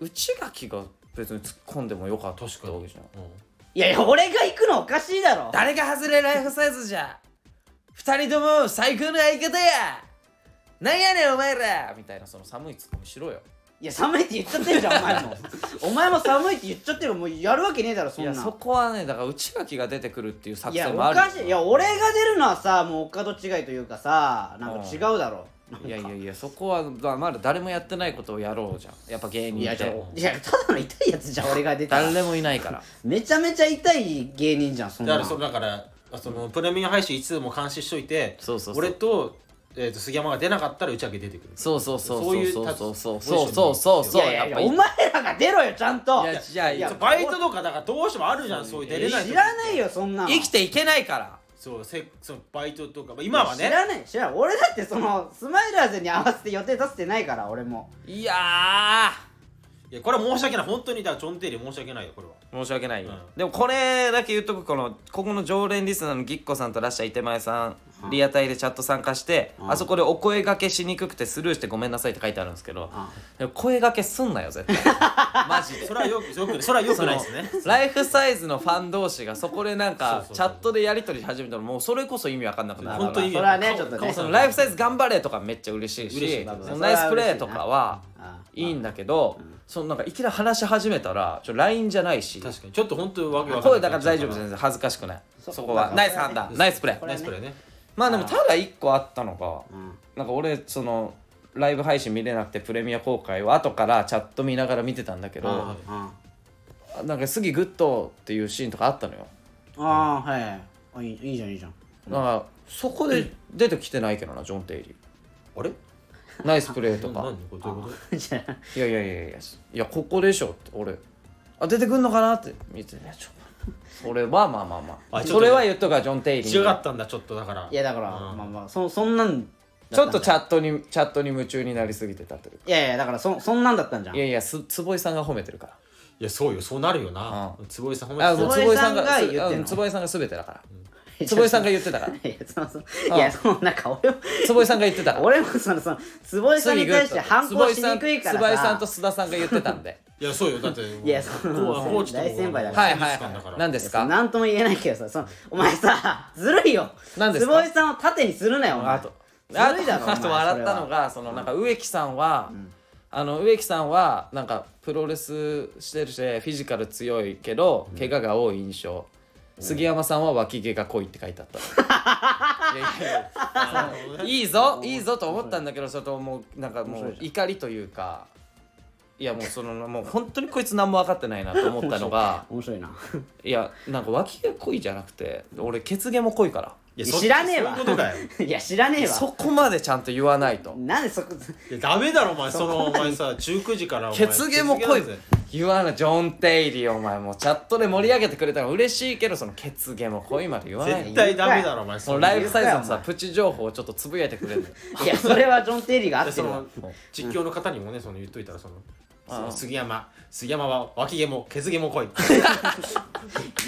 内垣が別に突っ込んでもよかったってわけじゃんうんいやいや俺が行くのおかしいだろ誰が外れライフサイズじゃ二人とも最高の相方やなんやねんお前らみたいなその寒い突っ込みしろよいや寒いって言っちゃってるじゃんお前もお前も寒いって言っちゃってるもうやるわけねえだろそいんやなそこはねだから内垣が出てくるっていう作いや戦おもあるよかしいいや俺が出るのはさもうお門違いというかさなんか違うだろいやいやいやそこはまあまだ誰もやってないことをやろうじゃんやっぱ芸い人やっじゃあていやただの痛いやつじゃん俺が出たら誰もいないからめちゃめちゃ痛い芸人じゃんそんだなかのらそのだからあそのプレミアム配信いつも監視しといてそうそうそう俺と,、えー、と杉山が出なかったら打ち上げ出てくるそうそうそうそういうそう立そうつそうそうそうそういそうやいやいやお前らが出ろよちゃんといやじゃあいやいやバイトとかだからどうしてもあるじゃんそういう出れない知らないよそんなの生きていけないからそうせそのバイトとかまあ今はね知らない知らない俺だってそのスマイラーズに合わせて予定出せてないから俺もいやいやこれは申し訳ない本当にだからジョン・テリー申し訳ないよこれはー申し訳ないよ、うんでもこれだけ言っとくこのここの常連リスナーのぎっこさんとらっしゃいてまえさんリアタイでチャット参加して、あそこでお声掛けしにくくてスルーしてごめんなさいって書いてあるんですけど、でも声掛けすんなよ絶対 <laughs> マジでそれはよくよくそれはよくないですねライフサイズのファン同士がそこでなんかそうそうそうチャットでやり取り始めたらもうそれこそ意味わかんなくなる本当にそれはねちょっと顔ねそのライフサイズ頑張れとかめっちゃ嬉しいし嬉しいそのそれはナイスプレーとかはあいいんだけどそのなんかいきなり話し始めたらちょ LINE じゃないし確かにちょっと本当にわけわかんな声いだから大丈夫全然恥ずかしくないそそこだはからナイス判断ナイスプレこーれはナイねスプレーねまあでもただ一個あったのがんなんか俺そのライブ配信見れなくてプレミア公開を後からチャット見ながら見てたんだけあどあなんか「次グッド」っていうシーンとかあったのよああはいあいいいいじゃんいいじ <laughs> ゃんなんかそこで出てきてないけどなジョン・テイリあれーナイスプレーと何かこれどういうことじゃあいやいやいやいやいやここでしょって俺あ出てくんのかなって見ていやちょそれはまあまあまああちょっそとれは言っとくわジョン・テイリーに違かったんだちょっとだからいやだからうんまあまあそそんなんちょっとチャットにチャットに夢中になりすぎてたというかいやいやだからそそんなんだったんじゃんいやいやす坪井さんが褒めてるかいやそうよそうなるよな坪井さん褒めらあてもうた坪井さんが坪言っ井てんのうん坪井さんが全てだから坪井さんが言ってたから <laughs> いやそのそのいやそのなんか俺も坪井さんが言ってたから俺もそのその坪井さんに対して反抗しにくいから坪井さんさと須田さんが言ってたんでいやそうよだっていやそのコーコーチとも大先輩だから <laughs> はいはいコーチだかはらい何ですかなんとも言えないけどさそのお前さずるいよ何ですか坪井さんを盾にするなよお前あとあずるいだろお前と笑ったのがそのなんか植木さんは、あの植木さんはなんかプロレスしてるしフィジカル強いけど怪我が多い印象、杉山さんは脇毛が濃いって書いてあ <laughs> ったのいやいやいやあのね <laughs> いいぞいいぞと思ったんだけどちょっともうなんかもう怒りというかいやもうそのもう本当にこいつ何も分かってないなと思ったの <laughs> が面白いな <laughs> いやなんか脇毛濃いじゃなくて俺血毛も濃いからいや知らねえわそういうことだよいや知らねえそわこまでちゃんと言わないとなんでそこいやダメだろお前そのお前さ19時からお前血毛も濃い血毛なんて言わないジョン・テイリーお前もうチャットで盛り上げてくれたの嬉しいけどその血毛も濃いまで言わない絶対ダメだろお前そのライブフサイズのさプチ情報をちょっとつぶやいてくれるのいやそれはジョン・テリーが合ってそるわの実況の方にもねその言っといたらそのその杉山杉山は脇毛も血毛も濃い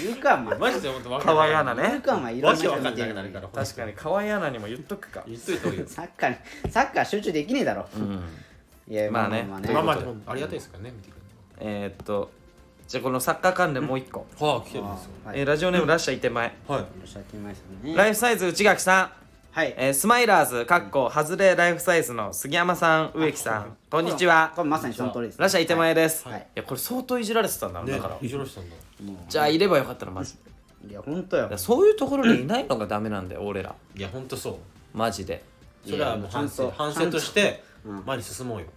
言うかお前マジで本当わ河合アなナ言うねかお前いろんわなけ人わか見んてるなくのなるにから確かに河合アナにも言っとくか言っといた方がいいよサッカーサッカー集中できねえだろいやまあねまあというまあこまあとででもありがたいですからね見てくれるえーっとじゃあこのサッカー関連もう一個、のはあ来てるんですよはいえーラジオネームらっしゃい手前、はい申し訳ないですねライフサイズ内垣さん、はいえースマイラーズかっこハズレライフサイズの杉山さん植木さんこんにちはこれまさにその通りですらっしゃい手前です、はいい、やこれ相当いじられてたんだろうねだからいじらしたんだじゃあいればよかったらマジでだいや本当よからそういうところにいないのがダメなんだよ俺らいやほんとそうマジでそれはもう反いや省いやちゃんと反省として前に進もうよ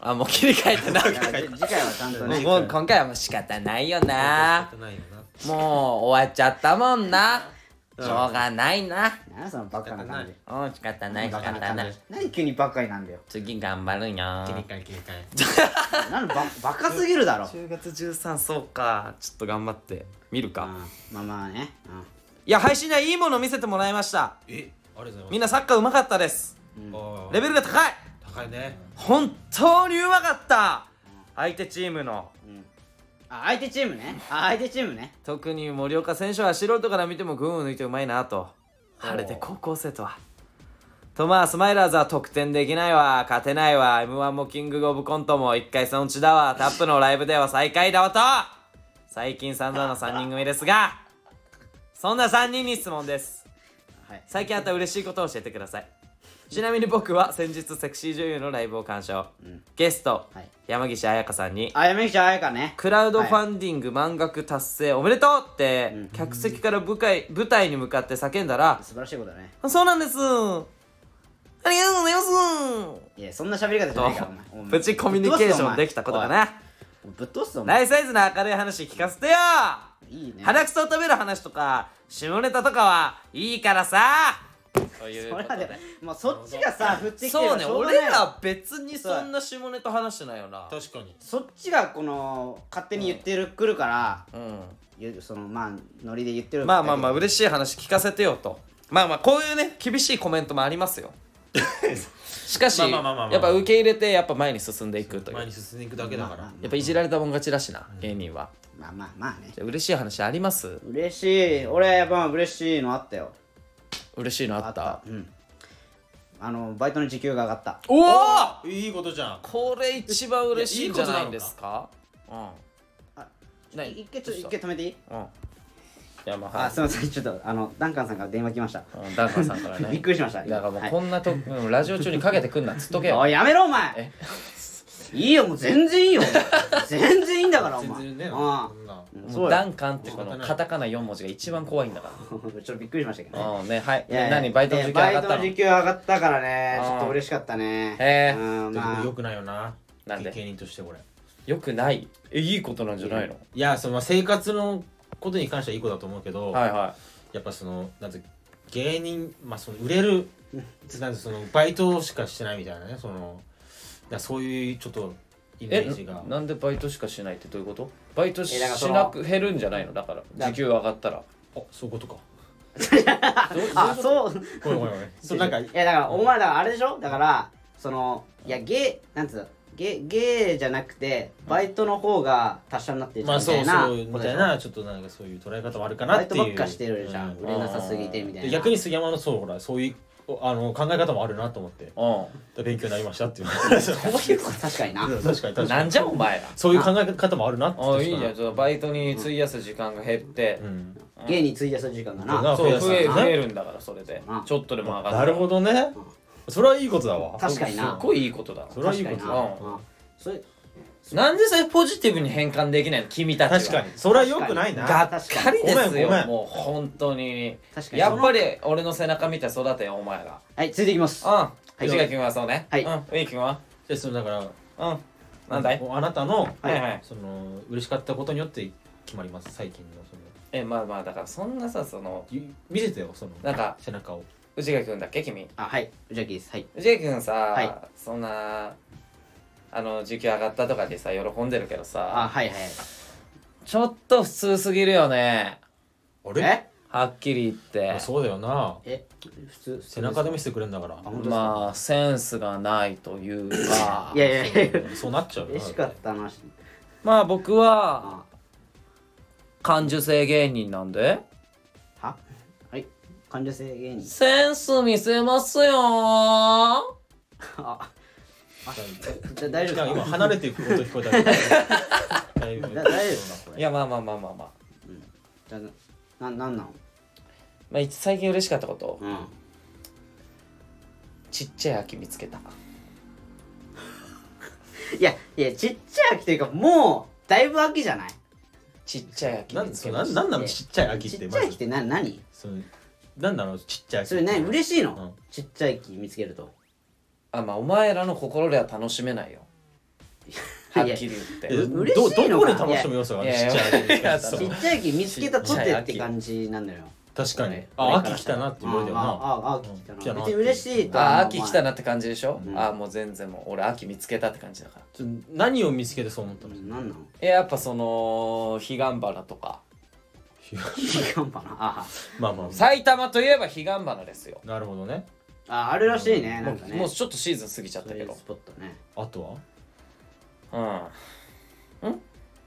あもう切り替えてないやじ次回はちゃんとね <laughs> もう今回はもう仕方ないよな仕方ないよなもう終わっちゃったもんなしょうがないな何そのバカな感じうん仕方ない仕バカな方な感いじ何急にバカになんだよ次頑張るんよ切り替え切り替えなんでバ <laughs> バカすぎるだろ10月13そうかちょっと頑張って見るか、うんまあまあねうんいや配信ではいいものを見せてもらいましたえありがとうございますみんなサッカーうまかったですあーレベルが高い高いね本当にうまかった相手チームのあ相手チームねあ相手チームね特に森岡選手は素人から見ても群を抜いてうまいなと晴れて高校生とはトマースマイラーズは得点できないわ勝てないわ m 1もキングオブコントも1回戦落ちだわタップのライブでは最下位だわと最近散々な3人組ですがそんな3人に質問ですはい最近あった嬉しいことを教えてくださいちなみに僕は先日セクシー女優のライブを鑑賞、ゲスト、はい山岸彩香さんにあやめきちゃんあやかねクラウドファンディング満額達成おめでとうって客席から舞台舞台に向かって叫んだら素晴らしいことだね「そうなんですありがとうございます!いやそんな喋り方じゃないからお」前プチコミュニケーションできたことかなぶっ通すぞお前ライサイズの明るい話聞かせてよいいね鼻くそを食べる話とか下ネタとかはいいからさというそこれとはででもうそっちがさ振ってきてるそうね俺らら別にそんな下ネタ話してないよな確かにそっちがこの勝手に言ってるくるからうんゆそのまあノリで言ってるまあまあまあだけ嬉しい話聞かせてよとまあまあこういうね厳しいコメントもありますよしかしまあまあまあまあまあやっぱ受け入れてやっぱ前に進んでいくという前に進んでいくだけだからやっぱいじられたもん勝ちだしな芸人はどまあまあまあねじゃあ嬉しい話あります嬉しい俺やっぱ嬉しいのあったよ嬉しいのあったうんあのバイトの時給が上がったおおおいいことじゃんこれ一番嬉しいんじゃないですかあうんね一回ちょっと一どう回止めていいしたうんいやまあはあいすいませんちょっとあのダンカンさんから電話来ましたうんダンカンさんからね <laughs> びっくりしましただからもうはいこんなとうんラジオ中にかけてくんなっつっとけよおいやめろお前えいいよもう全然いいよ全然いいんだからお全前然ねあ <laughs> そんなあもそううダよンカンってこのカタカナ4文字が一番怖いんだからちょっとびっくりしましたけどねうんねはいいやいや何バイトの時給上がっいやバたイトの時の給上がったからねあーちょっと嬉しかったねへーうんでまもあよくないよななんで芸人としてこれよくないえいいことなんじゃないのいやその生活のことに関してはいいことだと思うけどはいはやっぱそのなんて芸人まあその売れるなんてそのバイトしかしてないみたいなねそのだからそういうちょっとイいメえージがななんでバイトしかしないってどういうことバイトしえだからそのなく減るんじゃないのだからだ時給上がったらあそういうこと <laughs> かあそうごめんごめんごめんそうなんかいやだからお前だからあれでしょだからそのいやゲーなんつうのゲゲーじゃなくてバイトの方が達者になってるじまゃんあみそたういなそうみたいなちょっとなんかそういう捉え方もあるかなバっイてトいうばっかしてるじゃんう売れなさすぎてみたいな逆に杉山のそうほらそういうおあの考え方もあるなと思ってう勉強になりましたっ <laughs> ていう確か確かになに確かんになんじゃお前らそういう考え方もあるなってあいいじゃん確ちょっとバイトに費やす時間が減ってかにうんゲーに費やす時間がななそう増増ええた増えるんだからそれでうんちょっとでも上がるなるほどねそれはいいことだわ確かにすっなごいいいことだそれはいいこと確だかになわうんそれなんでそれポジティブに変換できないの君たちは確かにそれは良くないながっかりでごすめんよごめんもう本当に確かにやっぱり俺の背中見て育てよお前がはいついていきますうん藤垣君はそうねはいうんウィ君はでそのだからうんなんだいあなたのはいはいその嬉しかったことによって決まります最近のそのえまあまあだからそんなさそのゆ見せてよそのなんか背中を藤垣君だっけ君あはいじゃあキースはい藤垣君さ、はいそんなあの時給上がったとかでさ喜んでるけどあさはいはいちょっと普通すぎるよねあえはっきり言ってあそうだよなえ普通背中で見せてくれるんだ <laughs> からあ本当ですかまあセンスがないというか <coughs> いやいやいやそうなっちゃうよ嬉しかったなまあ僕あは感受性芸人なんでははい患者性芸人センス見せますよーあだってじゃあ大丈夫なですんか今か離れていくこと聞こ <laughs> えたけどだいぶだ大丈夫ですいやまあまあまあまあまあ、じゃあななんなんまあ、一最近嬉しかったことうんちっちゃい秋見つけたいやいやちっちゃい秋というかもうだいぶ秋じゃないちっちゃい秋な見んつそけうまなしんたなんなのちっちゃい秋っちてっちゃい秋ってな何そのなんなのちっちゃい秋それ何嬉しいの、うんちっちゃい秋見つけるとあまあお前らの心では楽しめないよはっきうり言ってう嬉しいのどかどこで楽しむ要素があるいちやっちゃいいやいやそうちっちゃい秋見つけたとってって感じなんだよ確かにねあ秋来たなって言われたよなあああうん秋来たな来たな別に嬉しいとはああ秋来たなって感じでしょ、うんああもう全然もう俺秋見つけたって感じだからちょ何を見つけてそう思ったの何な <laughs> のえやっぱその彼岸花とか時間かなあまあまあま埼玉といえば彼岸花ですよあなるほどねあああるらしいねなもんかうねもうちょっとシーズン過ぎちゃっそたういけうどスポットねあとはうん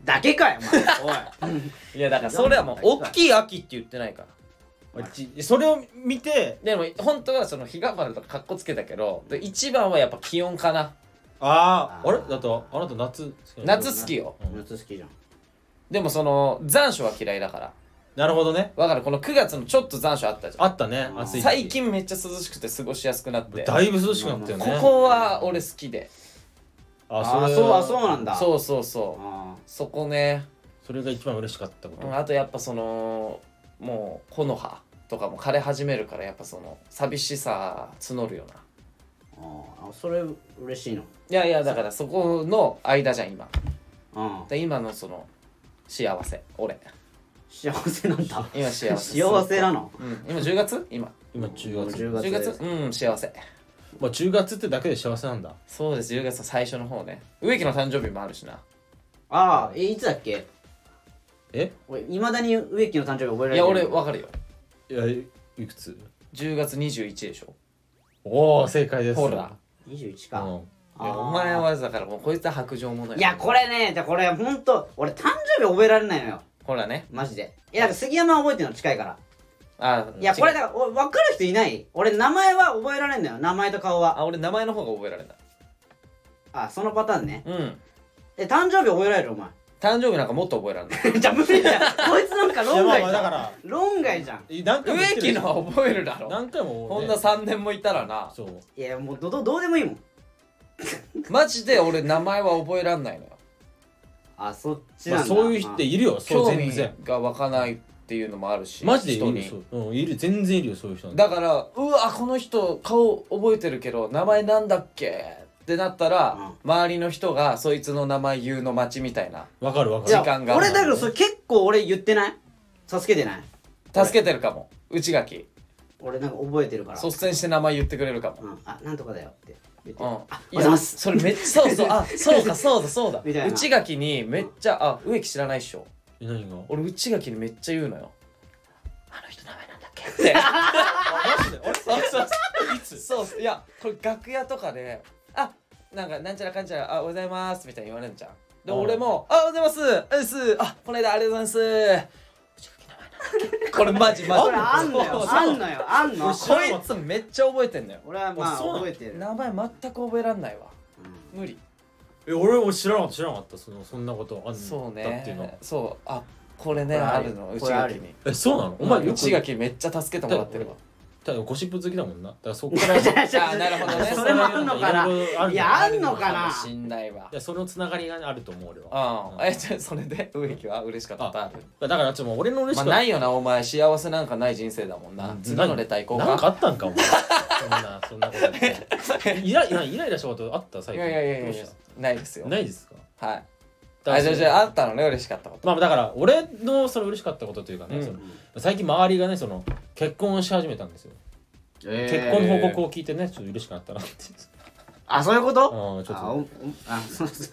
だけかよお前おいいやだからそれはもう大きい秋って言ってないからあちそれを見てでも本当はその彼岸花とかかっこつけたけどで一番はやっぱ気温かなあああーあれだとあなた夏好きなの夏好きようん夏好きじゃんでもその残暑は嫌いだからなるほどねわかるこの9月のちょっと残暑あったじゃあったねうん暑んい時期最近めっちゃ涼しくて過ごしやすくなってこだいぶ涼しくなったよねこは俺好きであああれそうあそうなんだうそうそうそうあそこねそれが一番嬉しかったことうんあとやっぱそのもう木の葉とかも枯れ始めるからやっぱその寂しさ募るよなーあーそれ嬉しいのいやいやだからそこの間じゃん今うんで今のその幸せ俺幸せなんだ今幸せ幸せなのうん今10月今今10月10 10月うん幸せまあ10月ってだけで幸せなんだそうです10月の最初の方ね植木の誕生日もあるしなああえいつだっけえ俺いまだに植木の誕生日覚えられてるいや俺わかるよいやいくつ10月21でしょおお正解ですほら21うか、んいやお前はだからもうこいつは白状者よいやこれねでこれほんと俺誕生日覚えられないのよほらねマジでいやだから杉山は覚えてるの近いからあいやこれ違うだからお分かる人いない俺名前は覚えられんのよ名前と顔はあ俺名前の方が覚えられないあそのパターンねうんえ誕生日覚えられるお前 <laughs> 誕生日なんかもっと覚えら <laughs> れないじゃあ無理じゃんこいつなんかいや論まあ外じまあだかゃんら論外じゃんい何回も言って植る <laughs> 木のは覚えるだろ何回もこんねな3年もいたらなそういやもうどどどうでもいいもん <laughs> マジで俺名前は覚えらんないのよあそっちまなあんだ、そういう人っているよそう興全味然が湧かないっていうのもあるしマジでい人るによそううんいる全然いるよそういう人なんてだからうわこの人顔覚えてるけど名前なんだっけってなったら、周りの人がそいつの名前言うの待ちみたいなわかるわかいや時間が俺だからそれ結構俺言ってない助けてない助けてるかも内垣俺なんか覚えてるから率先して名前言ってくれるかも、うん、あなんとかだよって言って、うん、あおはようございますそれめっちゃそうそう <laughs> あそうかそうだそうだみたいな内垣にめっちゃあ植木知らないっしょる何が俺内垣にめっちゃ言うのよあの人名前なんだっけってマジであれそうそう <laughs> そうそういやこれ楽屋とかで「あなんかなんちゃらかんちゃらあおはようございます」みたいに言われるじゃんでうん俺も「あおはようございます」うっすあこの間ありがとうございますこれマジマジそれあんのそうよそうあんのよあんのこいつめっちゃ覚えてんのよ俺はまああそうなの覚えてる、名前全く覚えらんないわうん無理え俺も知らなかった知らなかったそのそんなことあんだそうっていうのはねそうあこれこねれああるるのこ内れある垣にえそうなのおお前前よく内垣めっちゃ助けてもらってるわただゴシップ好きだもんなだからそっか <laughs> らいあなるほどね <laughs> それもあんのかいろいろあなるいやあんのかなしんないわやそのつながりがあると思う俺はうんえじゃあそれで植木は嬉しかったことあるだからちょっともう俺の嬉しまあ、かっなたいよなお前幸せなんかない人生だもんな、うん次のレター行こなんうかかあったんかお前そんな <laughs> そんなこと言ってイライライライラしたことあった最い近やいやいやいどやうしないですたよないですかはいだからあじゃあじゃああったのね嬉しかったことまあだから俺のその嬉しかったことというかね、うんその最近周りがねその結婚をし始めたんですよ、え結婚の報告を聞いてねちょっと嬉しくなったなってあそういうことああちょっあおとおあそうそう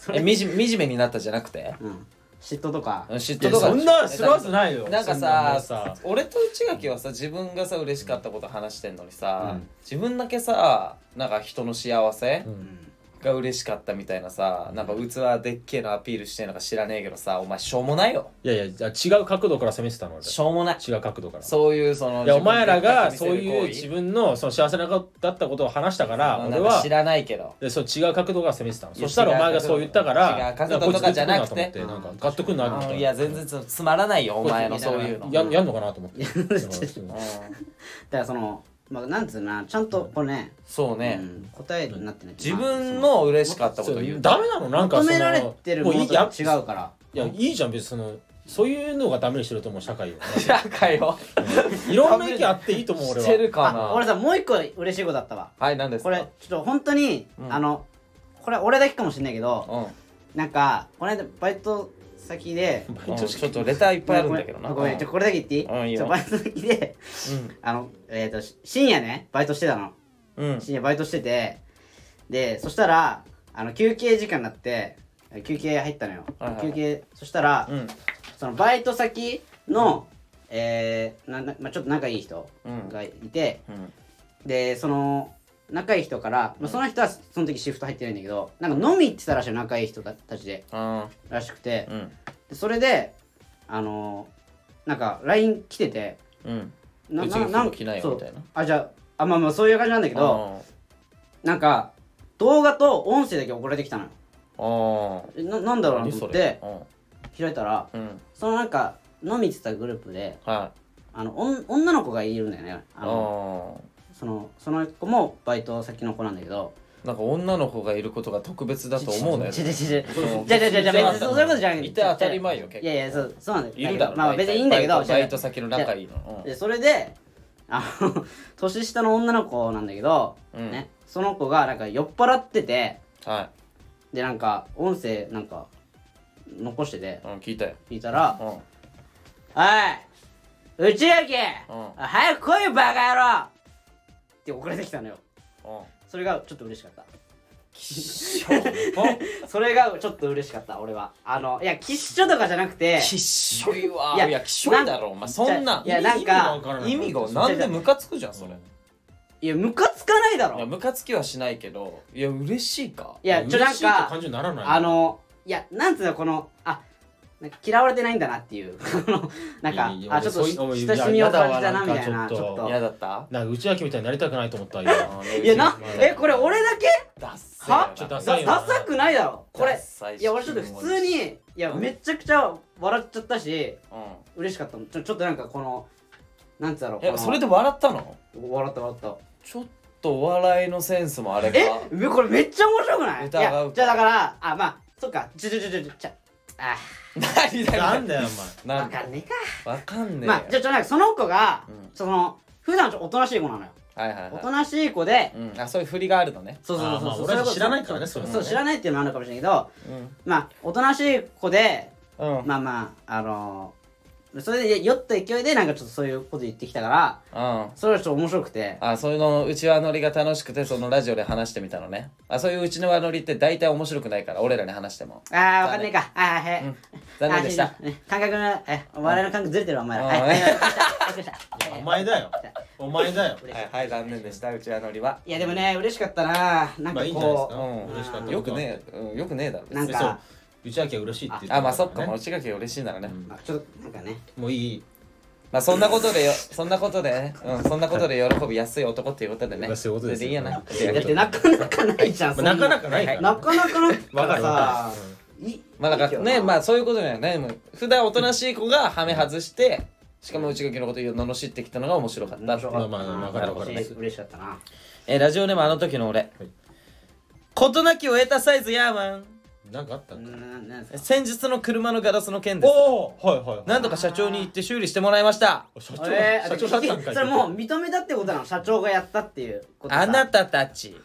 そえれ、みじみじめになったじゃなくてうん、嫉妬とか嫉い妬やとかそんなするはずないよなんかそなさのさ俺と内垣はさ自分がさ嬉しかったこと話してんのにさ、うん自分だけさなんか人の幸せううんんが嬉しかったみたいなさ、なんか器でっけえのアピールしてんのか知らねえけどさお前しょうもないよいやいやじゃあ違う角度から攻めてたの俺しょうもない違う角度からそういうそのいやお前らが自そう分でっかく見せる行為いう自分のその幸せなことだったことを話したからうん俺なんかは知らないけどでそう違う角度から攻めてたのいやそしたら違おう前がそう言ったから違う角度とかじゃなくていやこいつグッとくるなと思ってなんかガッとくんなと思っうてんいや全然つつまらないよお前のそういうの、うん、ややんのかなと思 <laughs> ってだからそのまあなんつうのかなちゃんとこれね、そうね、うん、答えになってない自分の嬉しかったことを言うダメなのなんか求そのめられてるものもういといや違うからいやいいじゃん別にそのそういうのがダメにしてると思う社会を社会をいろんな意見あっていいと思う俺してはるかあな俺さもう一個嬉しいことだったわはい何ですこかれちょっと本当に、うんあのこれ俺だけかもしれないけどうんなんかこの間バイト先でうんちょっとレ <laughs> ターいっぱいあるんだけどなごめんごめんちょこれだけ言っていい,ちうょ、んいいよバイト先で <laughs> あの、えー、とし深夜ねバイトしてたのうんうん深夜バイトしててでそしたらあの休憩時間になって休憩入ったのよ、はいはい休憩そしたら、うんそのバイト先の、えーななまあ、ちょっと仲いい人がいて、うんでその仲いい人から、まあ、その人はその時シフト入ってないんだけどなんか飲み行ってたらしいの仲いい人たちであらしくてー、うんでそれであのなんか LINE 来ててうんなうちが服着ないよそうみたいなあじゃああまあまあそういう感じなんだけどなんか動画と音声だけ送られてきたのよあーあえななんだろうな何とそ思っれてう開いたらんうんそのなんか飲み行ってたグループではあのおん女の子がいるんだよねいああのーそのその子もバイト先の子なんだけどなんか女の子がいることが特別だと思うねちょちょちょちょそうじゃあじゃあじゃあじゃあ別にそういうことじゃなくていて当たり前よ結構いやいやそうそうなんだよいるだろまあまあ別にいいんだけどバイトバイト先の仲いいのでそれであの <laughs> 年下の女の子なんだけど、うんね、その子がなんか酔っ払っててうんはでなんか音声なんか残してていうん聞いたよ聞いたらうん「おい内垣、ん早く来いよバカ野郎!」って送られてきたのようんそれがちょっと嬉しかったきっしょきそれがちょっと嬉しかった俺はあのいやきっしょとかじゃなくてっしょいわいやいやきっしょいだろお前そんないやなん意味がかわからない意味がなんでムカつくじゃんそれいやムカつかないだいやろムカつきはしないけどいや嬉しいかいやちょな嬉んしいってか感じにならないあのいやなんつうのこのあなんか嫌われてないんだなっていう <laughs> このなんかいやいやあちょっと俺しそういう親しみを感じたなみいやたいなやだわなんかちちょょっっとと嫌だったなんか内明みたいになりたくないと思った今いやなえこれ俺だけダッサはちょっとダサダいよダサくないだろこダれッサいしいや俺ちょっと普通にいやめちゃくちゃ笑っちゃったしう嬉しかったのちょちょっとなんかこのなんつうだろうんえそれでで笑ったの笑った笑ったちょっとお笑いのセンスもあれかえめこれめっちゃ面白くないい疑うかやじゃあだからあまあそっかちょちょちょちょちょあ何だよなんだよーなわんかかんねえかわかんねえまあじゃあちょっとなんかその子が、うんその普段ちょっとおとなしい子なのよはいはいおはとなしい子で、いうんあそういう振りがあるのねそうそうそうあーそう、まあ俺たちそううこと知らないからねそれはねそう知らないっていうのもあるかもしれないけどうんまあおとなしい子でうんまあまああのーそれで酔った勢いでなんかちょっとそういうこと言ってきたからうんそれはちょっと面白くてあそういうのうちわノリが楽しくてそのラジオで話してみたのねあそういううちのわノリって大体面白くないから俺らに話してもあーわかんねえかあーはい、うん残念でしたあーね感覚のえお笑いの感覚ずれてるわお前らうんはいはいうんわかりましたわかりましたお前お前だよお前だよ嬉しいはい残念でしたうちわノリはいやでもね嬉しかったななんまかあいいんじゃないですこう、かうん嬉しかったよくねえ、うん、よくねえだろ別になんかそう内明は嬉しいって言ってたあまあそっかねもうちがけ嬉しいならね、あちょっとなんかねもういいまあそんなことでよそんなことでね、うん、そんなことで喜びやすい男っていうことでねそういうことですそれでいいやなはいだってなかなかないじゃん、まあなかなかかないからなねかなかないわかるわさかるうんいまあだからねまあそういうことだよねもう普段おとなしい子がハメ外してしかも内垣のことを罵ってきたのが面白かった面白かったまあまあまあわかるわかる嬉しい嬉しかったなえーラジオネームあの時の俺、事なきを得たサイズヤーマンなんかあったんかななんですか先日の車のガラスの件ですおおはいはいはいなんとか社長に行って修理してもらいました社長えー社長だったんかいそれもう認めたってことなの社長がやったっていうことさあなたたち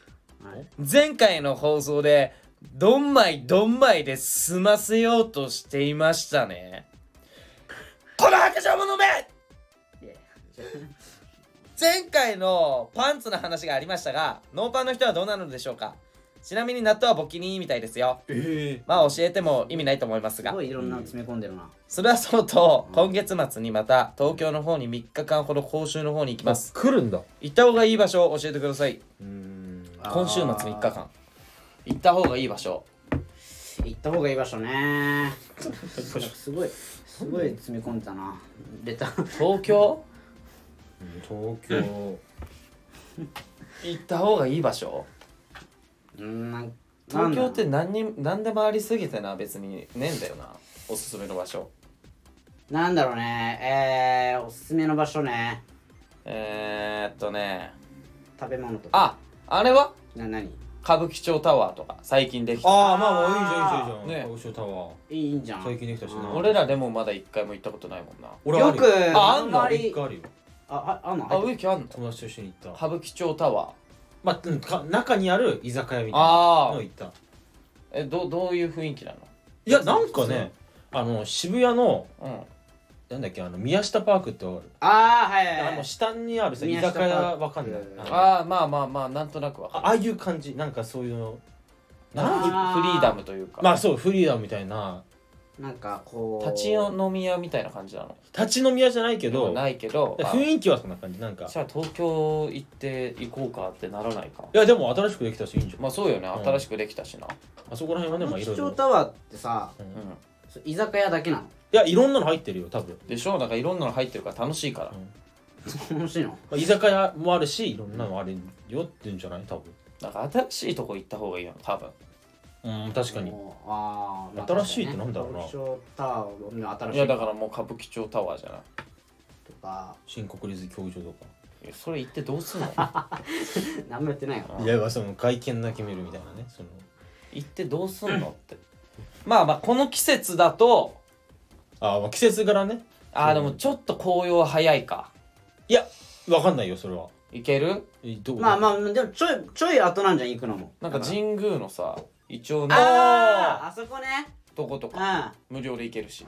はい前回の放送でどんまいどんまいで済ませようとしていましたねこの白状者めいやいや前回のパンツの話がありましたがノーパンの人はどうなるのでしょうかちなみに納豆はボキニみたいですよえまあ教えても意味ないと思いますすがごいいろんなの詰め込んでるなそれはそうと今月末にまた東京の方に3日間ほど講習の方に行きます来るんだ行った方がいい場所を教えてくださいうん今週末あー3日間行った方がいい場所行った方がいい場所ねなんかすごいすごい詰め込んでたなレター東京東京行った方がいい場所うんなんなん東だろ京うって何に何でもありすぎてな別にねえんだよなおすすめの場所なんだろうねえー、おすすめの場所ねえー、っとね食べ物とかああれはな何歌舞伎町タワーとか最近できたああまあまあいいじゃんいいじゃんいいじゃねんねおしタワーいいんじゃん最近できたしな俺らでもまだ一回も行ったことないもんな俺よくあああんんのまあるよ一り回あるよあああんのあ植木あんの友達と一緒に行った歌舞伎町タワーまあうんか中にある居酒屋みたいなああの行ったえどどういう雰囲気ないやなんかねあの渋谷ののなんだっけあの宮下パークってあるあーはいはいあはのい下にあるさ居宮下酒パーク屋わかんないうんうあんのああまあまあまあなんとなくわあかああいう感じなんかそういうのるなんあーフリーダムというかまあそうフリーダムみたいななんかこう立ち飲み屋みたいな感じなの立ち飲み屋じゃないけでもどないけどあ雰囲気はそんな感じなんかじゃあ東京行って行こうかってならないかいやでも新しくできたしいいんじゃんまあそうよねうん新しくできたしなあそこら辺はねまあいろ町いろ長タワーってさううんんそ居酒屋だけない <laughs> やいろんなの入ってるよ多分でしょなんかいろんなの入ってるから楽しいからの楽しいのまあ居酒屋もあるしいろんなのあるよって言うんじゃない多分なんか新しいとこ行った方がいいよ多分うん確かにもうあーまあ新しいってなんだろうな東京タワーの新しいいやだからもう歌舞伎町タワーじゃないとか新国立競技場とかいやそれ行ってどうすん <laughs> の行何もやってないようんいやその外見だけ見るみたいなねそのってどうすんのってまあまあこの季節だとあまあ季節柄ねあーでもちょっと紅葉は早いかいやわかんないよそれは行けるえどうまあまあでもちょいちょい後なんじゃん行くのもなんか神宮のさイチョウのあーあそこねとことうんかあ無料で行けるし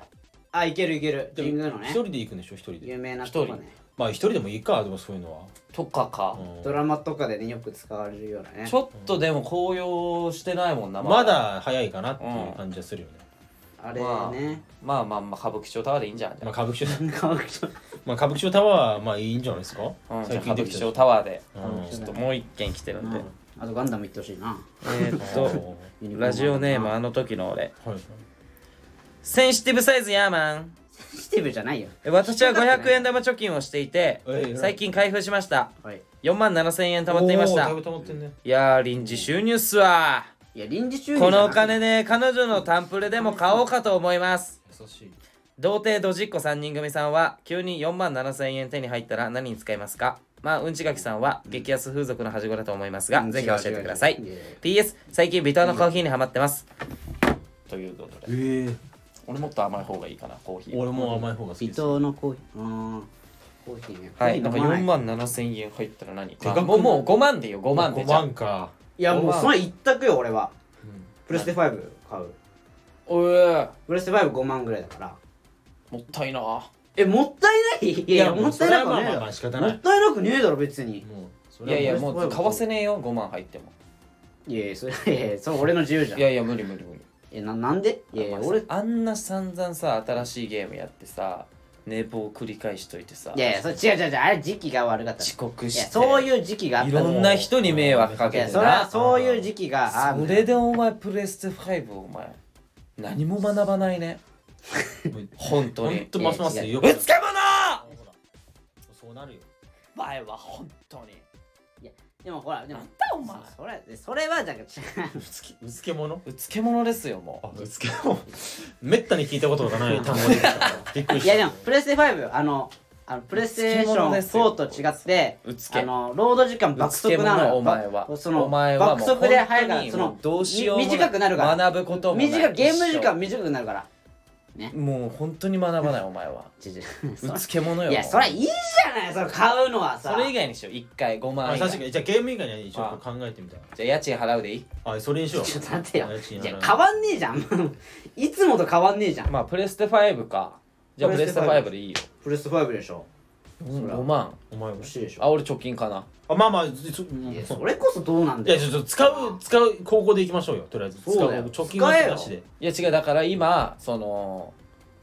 いけるいけるでも神宮の一ね人で行くんでしょ一人で有名なとこねまあ一人でもいいかでもそういうのはとかか、うんドラマとかでねよく使われるようなねちょっとでも紅葉してないもんなまだ早いかなっていう感じはするよねあれまあねまあまあまあ歌舞伎町タワーでいいんじゃない、まあ歌舞伎町 <laughs> <laughs> 川口さんまあ歌舞伎町タワーはまあいいんじゃないですかうん、じゃ最あ歌近舞で伎きた町タワーで、うんちょっともう一件来てるんで、あとガンダム行ってほしいなえーっとラジオネームあの時の俺はいセンシティブサイズヤーマンセンシティブじゃないよ私は500円玉貯金をしていてええ最近開封しましたはい4万7000円貯まっていましたおーだいぶ溜まってんねいやー臨時収入っすわいや臨時収入こじゃのなおくて金で彼女のタンプレでも買おうかと思います優しい童貞ドジっ子3人組さんは急に4万7000円手に入ったら何に使いますかまあうんちがきさんは激安風俗のはしごだと思いますが、うんぜひ違教うえてください違う違ういやいや PS 最近ビターのコーヒーにハマってますということでええ俺もっと甘い方がいいかなコーヒー俺も甘い方が好き微です糖のコーヒーうーんコーヒーねはいなんコーかヒー飲ま4い万7000円入ったら何かまくあもうもう5万でいいよ5万で5じゃあ万かいや五もう万それ一択よ俺はうんプレステ5買うおえプレステ5万ぐらいだからもったいなえもったいないいやいやもったいなくはねえそれだはまあまあろ仕方もなっいたいなくねえだろ別にもうそいれやはいやプレもステう買わせねえよ5万入ってもいやいやそれ <laughs> いやいやそれ俺の自由じゃんいやいや無理無理無理えななんでいやいやまあ俺いあんな散々さ新しいゲームやってさ寝坊繰り返しといてさやいやそれ違う違う違うあれ時期が悪かった遅刻いしてやそういう時期があったいのろんな人に迷惑かいけやてそれはなそういう時期があそれでお前プレステ5お前何も学ばないねもう本当ほにんとますますいやよくぶつけ者あほらそうなるよお前は本当にでもほらでもなんだお前そそれそれはじゃ違うぶつけぶつけ者うつけ者ですよもあぶつけ者めったに聞いたことがない単語で <laughs> すからびっくりしいたやでもプレステ5あのあのプレイステーション4と違ってうつけあのロード時間爆速なのようつけ者お前はばそのお前はもう爆速で速いか本当にらそのもうどうしようもないみ短くなるから学ぶこともない短くゲーム時間短くなるからうもう本当に学ばないお前 <laughs> はちょちょうつけ者よいやそれいいじゃないそれ買うのはさそれ以外にしよう1回5万あ円確かじにじゃあゲーム以外にちょっと考えてみたゃあ家賃払うでいいあそれにしようちょっと待ってよあちょっといややらない変わんねえじゃん <laughs> いつもと変わんねえじゃんまあプレステ5かじゃあププレレスステテ5 5でいいよプレステ5でしょそら5万お前は欲しいでしょあ俺貯金かなあまあまあそうんいやそそれこそどうなんいだやよちょっと使う使う高校でいきましょうよとりあえず使うそうだよ貯金はなし使えでいや違うだから今その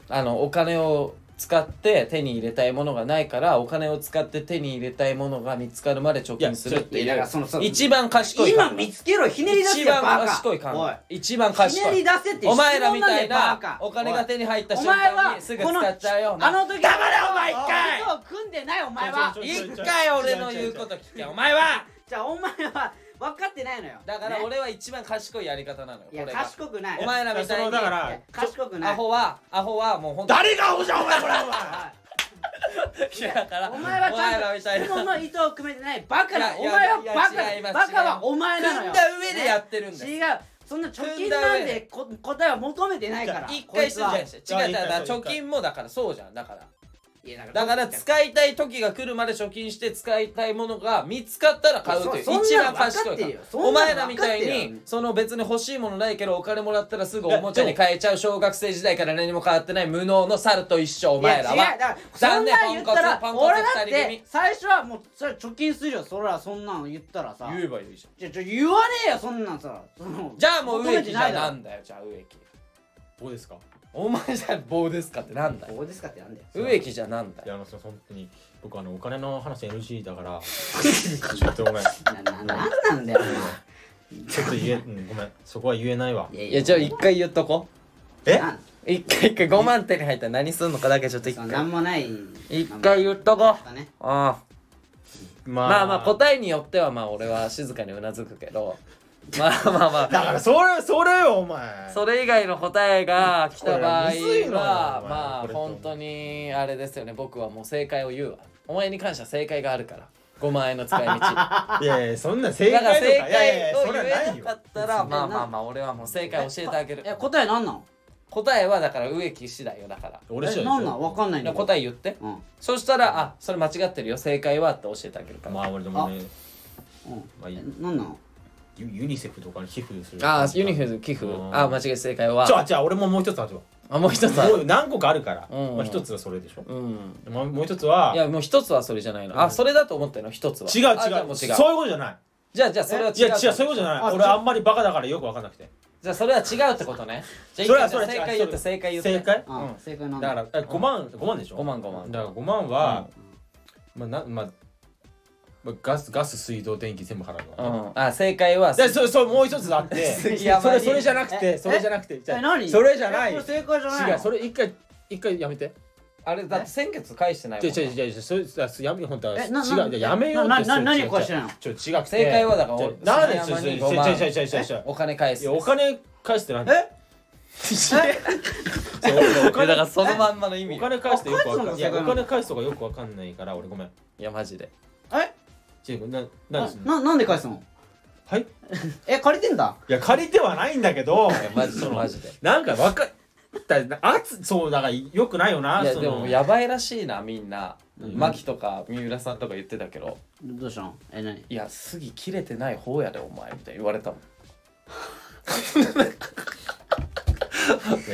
あのお金を使って手に入れたいものがないからお金を使って手に入れたいものが見つかるまで貯金するっていいやだかうらそのその一番賢い考え今見つけろひねり出せ一よ番バカ賢い考おいえ一番賢いひねり出せってお前らみたい質問ななんだよバカお金が手に入ったお瞬前間はにすぐ使っちゃうようなあの時黙れお前一回そう組んでないお前はちょちょちょ一回俺の言うこと聞けお前はじゃあお前は分かってないのよだからね俺は一番賢いやり方なのよいやこれが賢くないお前らみたいそにのだかいやら賢くないアホはアホはもう本当に誰がアホじゃんお前これお前おいやだからお前はちお前らゃみたいんとな紐の糸を組めてないバカだいおや前はいやバ違いカまだすバカ違いはますお前なのよ組んだ上でやってるんだよ違うそんな貯金なんでこ答えは求めてないから一こい回つしてるはじゃん違う違うだから一回貯金もだからそうじゃんだからいやだから使いたい時が来るまで貯金して使いたいものが見つかったら買うっていうそ一そんな番の分賢かっいてかるらよそおんなの前らみたい分かってるによその別に欲しいものないけどお金もらったらすぐおもちゃに変えちゃう小学生時代から何も変わってない無能の猿と一緒おいや前ら違うだはからそん残念なん言ったらポンコツポンコツ俺だっ二人組て最初はもうそれは貯金するよそれはそんなの言ったらさ言えばいいじゃんじゃちょ言わねえよそんなんさそのじゃあもう求め植て木じなゃいだなろんだよじゃあ植木どうですかお前じゃ棒ですかってなんだよどうですかってなんだよ植木じゃなんだいよやあのその本当に僕あのお金の話 NG だか <laughs> らちょっとごめんちなななんなんだよょっと言え、うん、ごめんそこは言えないわ <laughs> お前いやじゃあ一回言っとこえなんう一回一回5万手に入ったら何すんのかだけちょっと一その回なんもない一回言っとこうなんもないねああままあまあ答えによってはまあ俺は静かにうなずくけどまあまあまだあからそれそれよお前それ以外の答えが来た場合これむずいのよはお前まあこれと本当にあれですよね僕はもう正解を言うわお前に関しては正解があるから5万円の使い道だかいやいやそんな正解らとか正いやいや解いやをそれ言はなえいなよかったらまあまあまあ俺はもう正解教えてあげるえ答えなんなん答えはだから植木次第よだから俺しえなんなんわかんないんだ答え言ってうんそしたらあそれ間違ってるよ正解はって教えてあげるからまあ俺でもねまうあんいいえなんなのユユニセフとかに寄付するあユニフォーム寄付うんあ間違え正解はじゃあじゃあ俺ももう一つあるわあもう一つあもるう何個かあるから、うんまあ、一つはそれでしょ、うんまあ、もう一つはいやもう一つはそれじゃないの、あそれだと思ったの一つは違うあじゃあ違うもう違うそういうことじゃないじゃあじゃあそれは違ういや違うそういうことじゃいないあ俺あんまりバカだからよく分かんなくてじゃあそれは違うってことねじゃあそれは一回じゃあそれは正解言って正解言って正解あうん正解なんだからえ5万5万でしょ5万5万だから5万は、まあなまあまあガスガス水道電気全部払うの、うんあ正解はでそそうもう一つあって <laughs> 杉そ山れにそれじゃなくえてそれじゃなくてじゃあえ何それじゃないえこ違れ正解じゃないのうそれ一回一回やめてあれだって先月返してないじもんゃじゃじゃじゃそれさやめ本当は違えうなないややめようなってなな違う何壊してんの違うちょ違う正解はだからじゃ俺なんで杉山にちょ5万ちょちょちょちょちょお金返すいやお金返してなんえそう俺おいやだから金そのまんまの意味よお金返してよくわかんないい返すのも正や解なおの金返すとかよくわかんないから俺ごめんいやマジでえ違うななんですななんで返すのはいえ借りてんだいや借りてはないんだけどいやマジでマジでいなんかわかだあつそうだからよくないよなやそでのもやばいらしいなみんなうん牧、とか三浦さんとか言ってたけどどうしたのえ何いや杉切れてない方やでお前みたいに言われたもん <laughs>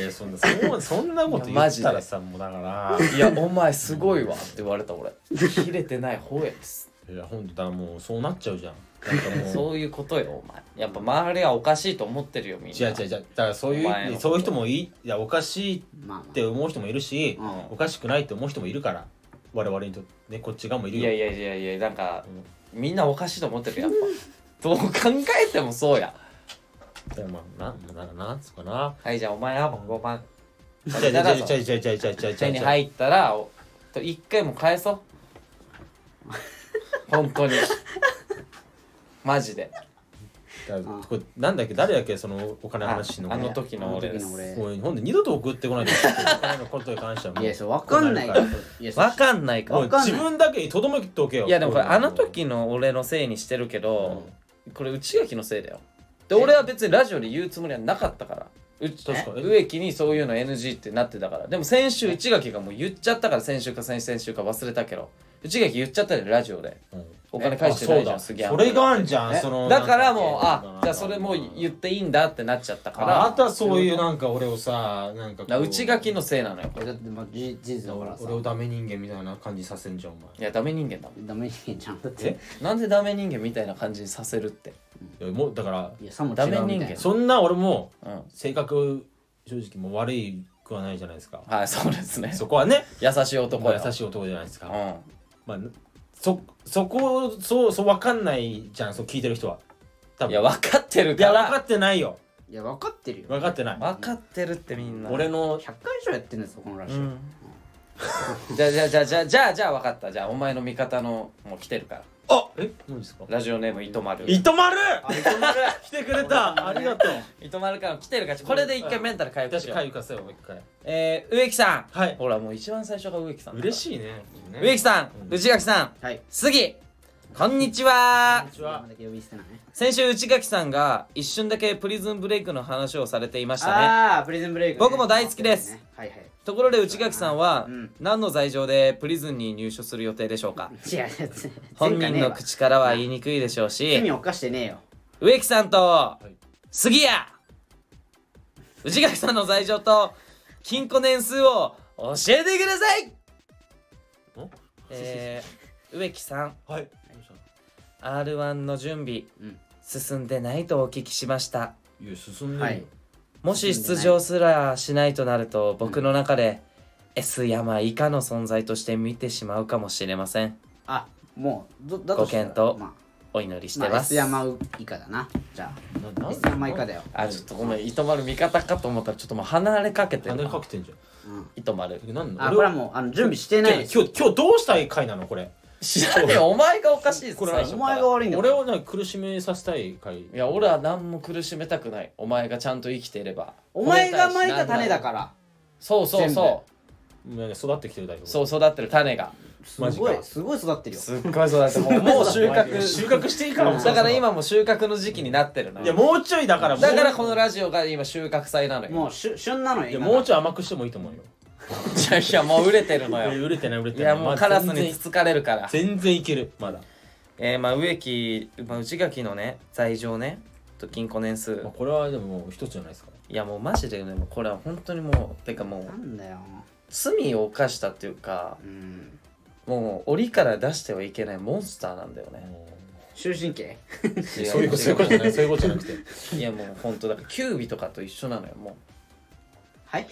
いやそんなそんそんなことい言やマっジでたらさもうだからいや、お前すごいわって言われた俺。切れてない方やです。いや本当だからもうそうなっちゃうじゃんなんかもうそういうことよ、お前。やっぱ周りはおかしいと思ってるよ、みんな。違う違う違うだからそういお前のこうとそういう人もいいいやおかしいっまあまて思う人もいるし、うんおかしくないって思う人もいるから我々にとってねこっち側もいるいよやいやいやいや、なんか、みんなおかしいと思ってる、やっぱ。どう考えてもそうや。でもまあなななんつうかなはい、じゃあお前はもう5万。じゃじゃじゃじゃじゃじゃじゃじゃじ手ゃにじゃ入ったら、おと一回も返 <laughs> そう。本当に。マジで。これなんだっけ誰だっけそのお金のあ話しんあのの時の俺です。俺もうほんで二度と送ってこないでお金のことに関してはもういやそうわかんないからいやわかんないかもうわかんない自分だけにとどめておけよいやでもこれあの時の俺のせいにしてるけど、これ内垣のせいだよえで俺は別にラジオで言うつもりはなかったからうち確かに植木にそういうの NG ってなってたからでも先週内垣がもう言っちゃったから先週か先々週か忘れたけど内垣言っちゃったじゃんラジオでうんお金返してないじゃあんそすうげえだそれがあんじゃんえそのだからもうなんかあじゃあそれもう言っていいんだってなっちゃったかあらなたはそういうなんか俺をさなんかこうだから内垣のせいなのよいやだってまあ事事実だからさ俺をダメ人間みたいな感じさせんじゃんお前いやダメ人間だもダメ人間じゃんだってんなんでダメ人間みたいな感じにさせるっていやもうだからいやさも違うダメ人みたい間なそんな俺もうん性格正直もう悪いくはないじゃないですかはいそうですねそこはね優しい男もうよ優しい男じゃないですうか、んまあ、そそこをそうそう分かんないじゃんそう聞いてる人は多い分や分かってるいかや分からってないよいや分かってるよ分かってない分かってるってみんな俺の100回以上やってんですよこのラジオうんじゃあじゃあじゃあじゃあじゃあじゃあ分かったじゃあお前の味方のもう来てるからあえ何ですかラジオネームいとまるいとまる <laughs> 来てく <laughs> れたありがとういとまるから来てるからこれで一回メンタル回復し私よ回う復かせよもう一回えー植木さんはいほらもう一番最初が植木さん嬉いしいね植木さんうん内垣さんはい杉こんにちはこんにちはだけ呼び捨てない先週内垣さんが一瞬だけプリズンブレイクの話をされていましたねああプリズンブレイクね僕も大好きですはいはいところで内垣さんはうん何の罪状でプリズンに入所する予定でしょうか違うやつ本人の口からは言いにくいでしょう罪し犯してねえよ植木さんとい杉谷内垣さんの罪状と金庫年数を教えてくだ <laughs> さいおえー植木さんはい r 1の準備うん進んでないとお聞きしましたいや進んではないいもし出場すらしないとなると僕の中で S 山以下の存在として見てしまうかもしれませんあもうどだとしたらご検討まお祈りしあ、まてあ、ま S す、山以下だなじゃあな S 山以下だよ、あちょっとごめん糸丸味方かと思ったらちょっともう離れかけてなんるでなかけてんじゃんうん、糸丸なんあこれはうもうあの準備してないです今日今日どうしたい回なのこれ知らねえよお前がおかしいですこれ最初おか前らが悪いんだ俺をなんか苦しめさせたい回いや俺は何も苦しめたくないお前がちゃんと生きていればお前がまいた種だらからそうそうそなんか育ってきてるだけうそう育ってる種がすマジごいかすごい育ってるよすっごい育ってもうもう収穫収穫していいからもうだから今もう収穫の時期になってるないやもうちょいだからもうだからこのラジオが今収穫祭なのよもうしゅ旬なのよいや今もうちょい甘くしてもいいと思うよいやいやもう売れてるのいやよ売れて <laughs> ない売れいてなやいもうカラスにつつかれるから全然全然いけるまだ、えー、まあ植木、まあ、内垣のね罪状ねと金庫年数まあ、これはでももう一つじゃないですかいやもうマジでねもうこれは本当にもうてかもうなんだよ罪を犯したっていうかうんもう檻から出してはいけないモンスターなんだよね終身刑いやそういうことそういうことじゃないそういうことじゃなくていやもう本当だからキュービとかと一緒なのよもはい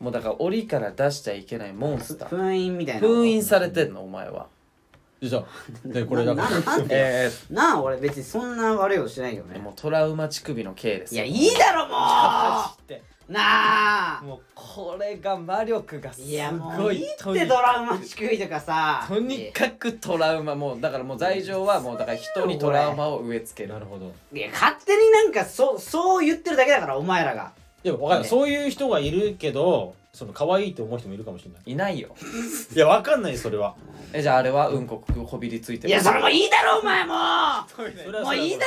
うもうだから檻から出しちゃいけないモンスター封印みたいな封印されてんのお前はじゃあでこれだなからななんでえなあ俺別にそんな悪いことしてないけどー、ねもうトラウマ乳首の刑ですいやいいだろもってうなあもうこれが魔力がすいやもごういいいってとドにラマ仕組みとかさとにかくトラウマもうだからもう罪状はもうだから人にトラウマを植え付けなるるほどいや勝手になんかそうそう言ってるだけだからお前らがでも分かんない、ねそういう人がいるけどその可愛いと思う人もいるかもしれないいないよいや分かんないそれはえじゃああれはうんこくこびりついてるいやそれもいいだろお前もそれはそれうはもういいだ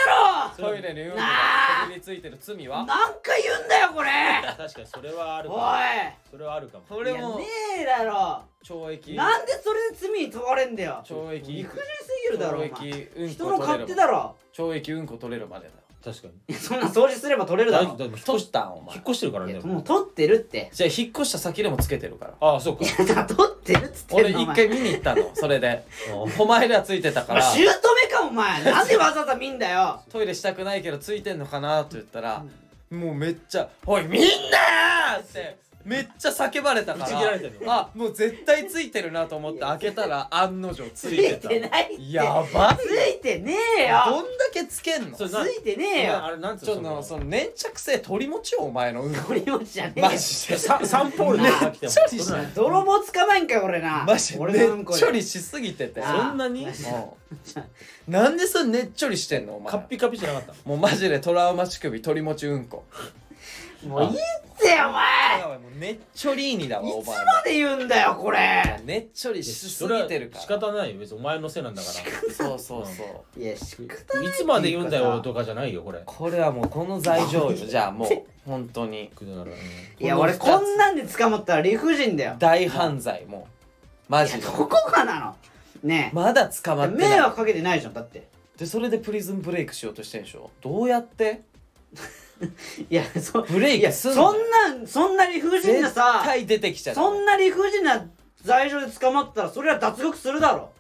ろトイレにうんこがこびりついてる罪は何回言うんだよこれ確かにそれはあるかおもいそれはあるかもそいれやもねえだろ懲役なんでそれで罪に問われんだよ懲役理不尽すぎるだろお懲前役うんこ人の取勝れ手るだろ懲役うんこ取れるまでだよ確かにいやそんな掃除すれば取れるだ大ろ丈夫だって取ったんお前引っ越してるからいねやでももう取ってるって <laughs> じゃあ引っ越した先でもつけてるからああそうかいや取ってるっつって俺んの一お前回見に行ったのそれでお前らついてたおか前らシュート目かお前なんでわざわざ見んだよトイレしたくないけどついてんのかなって言ったら、もうめっちゃ「おいみんな!」ってめっちゃ叫ばれたか打ち切らられてるあもう絶対ついてるなと思って開けたら案の定つついていたてないってやばついてねえどよんだけつけんのそちれょつないてねえなあよれなんつうっとのその粘着性取り持ちよお前 <laughs> のうんこ鳥持ちじゃねえよマジでササンポールのさっきめでもっちゃいいじそゃんんな泥棒捕まえんかよ俺なマジで俺のうねんっこちょりしすぎててあそんなうにんなんでそれねっちょりしてんのお前カッピカピじゃなかったもうマジでトラウマ乳首取り持ちうんこもういいってお前いやばいもうねっちょりーにだわおつまで前言うんだよこれねっちょりしすそれぎはてるから仕方ないよ別にお前のせいなんだかそうそうそう。いやしくらいつまで言うんだよとかじゃないよこれこれはもうこの罪状よ。じゃあもう本当にくだらないいや俺こんなんで捕まったら理不尽だよ大犯罪もうマいやジでど。こがなのねまだ捕まえって迷ない惑。かけてないじゃんだってでそれでプリズンブレイクしようとしてんでしょ。どうやって？いやそブレイいクやすそんんのなそんな理不尽な絶さ対出てきちゃう。そんな理不尽な罪状で捕まったらそれは脱獄するだろ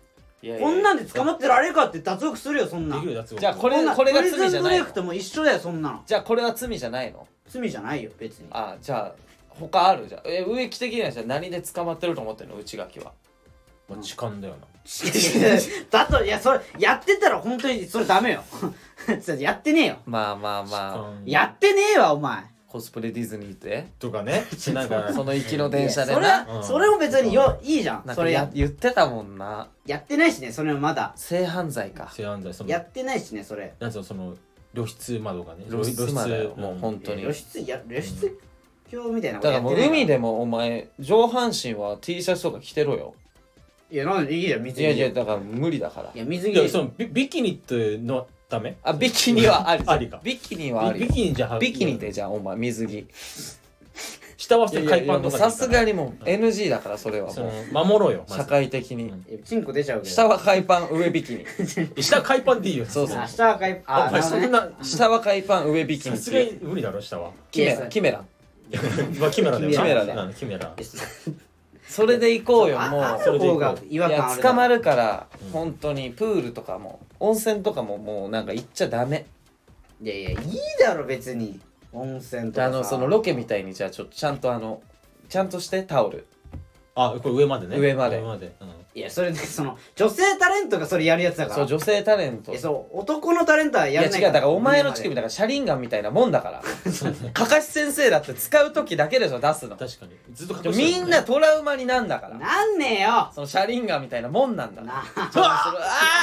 いやいやこんなんで捕まってられるかって脱獄するよそんなでんきるやつじゃあこれんなこれがプリ罪じズゃンなブレいイのク。とも一緒だよそんなのじゃあこれは罪じゃないの。罪じゃないよ別にあじゃあ他あるじゃん。え植木的にはじゃあ何で捕まってると思ってるの内垣は。まあ痴漢だよな <laughs> だといやそれやってたら本 <laughs> 当にそれダメよそれやってねえよまあまあまあ。痴漢やってねえわお前コスプレディズニーってと <laughs> かねなんかその行きの電車でそれなは、それも別によいいじゃんなんそかれやや言ってたもんなやってないしねそれもまだ性犯罪か知らんだよそのやってないしねそれなんつうのその露出窓がね露出までもう本当に露出や露出鏡みたいなだことやからっもてうない海でもお前上半身は T シャツとか着てろよいやなんでいいじゃん水着いやいやだから無理だからいや水当着いやそのビビキニってのためあビキニ <laughs> はありありかビキニはあビりビキニじゃビキニでじゃあお前水着下は普いや通いやいに海やパンもうとさかすがにもうえ NG だからそれはそもうの守ろうよまず社会的にえチンコ出ちゃうけど下は海パン上ビキニ下は海パンでいいよそうそうあ下は赤いああおなる前ほそどねんな下は海パン上ビキさニすがに無理だろ <laughs> 下はキメいやラキメラまあキメラだよなキメラだようんキメラそれで行こうよあもあうる方が違和い感あやる捕まるから本当にプールとかも温泉とかももうなんか行っちゃダメいやいやいいだろ別に温泉とかさあのそのロケみたいにじゃあちょっとちゃんとあのちゃんとしてタオルあこれ上までね上まで上までうんいやそれねその女性タレントがそれやるやつだからそう女性タレントいいやそう男のタレントはやや違らうなだいからお前の乳首だからシャリンガンみたいなもんだからかかし先生だって使う時だけでしょ出すの確かにずっとで隠もしてみるもんねなトラウマになんだからなんねえよそのシャリンガンみたいなもんなんだからなそのそのあ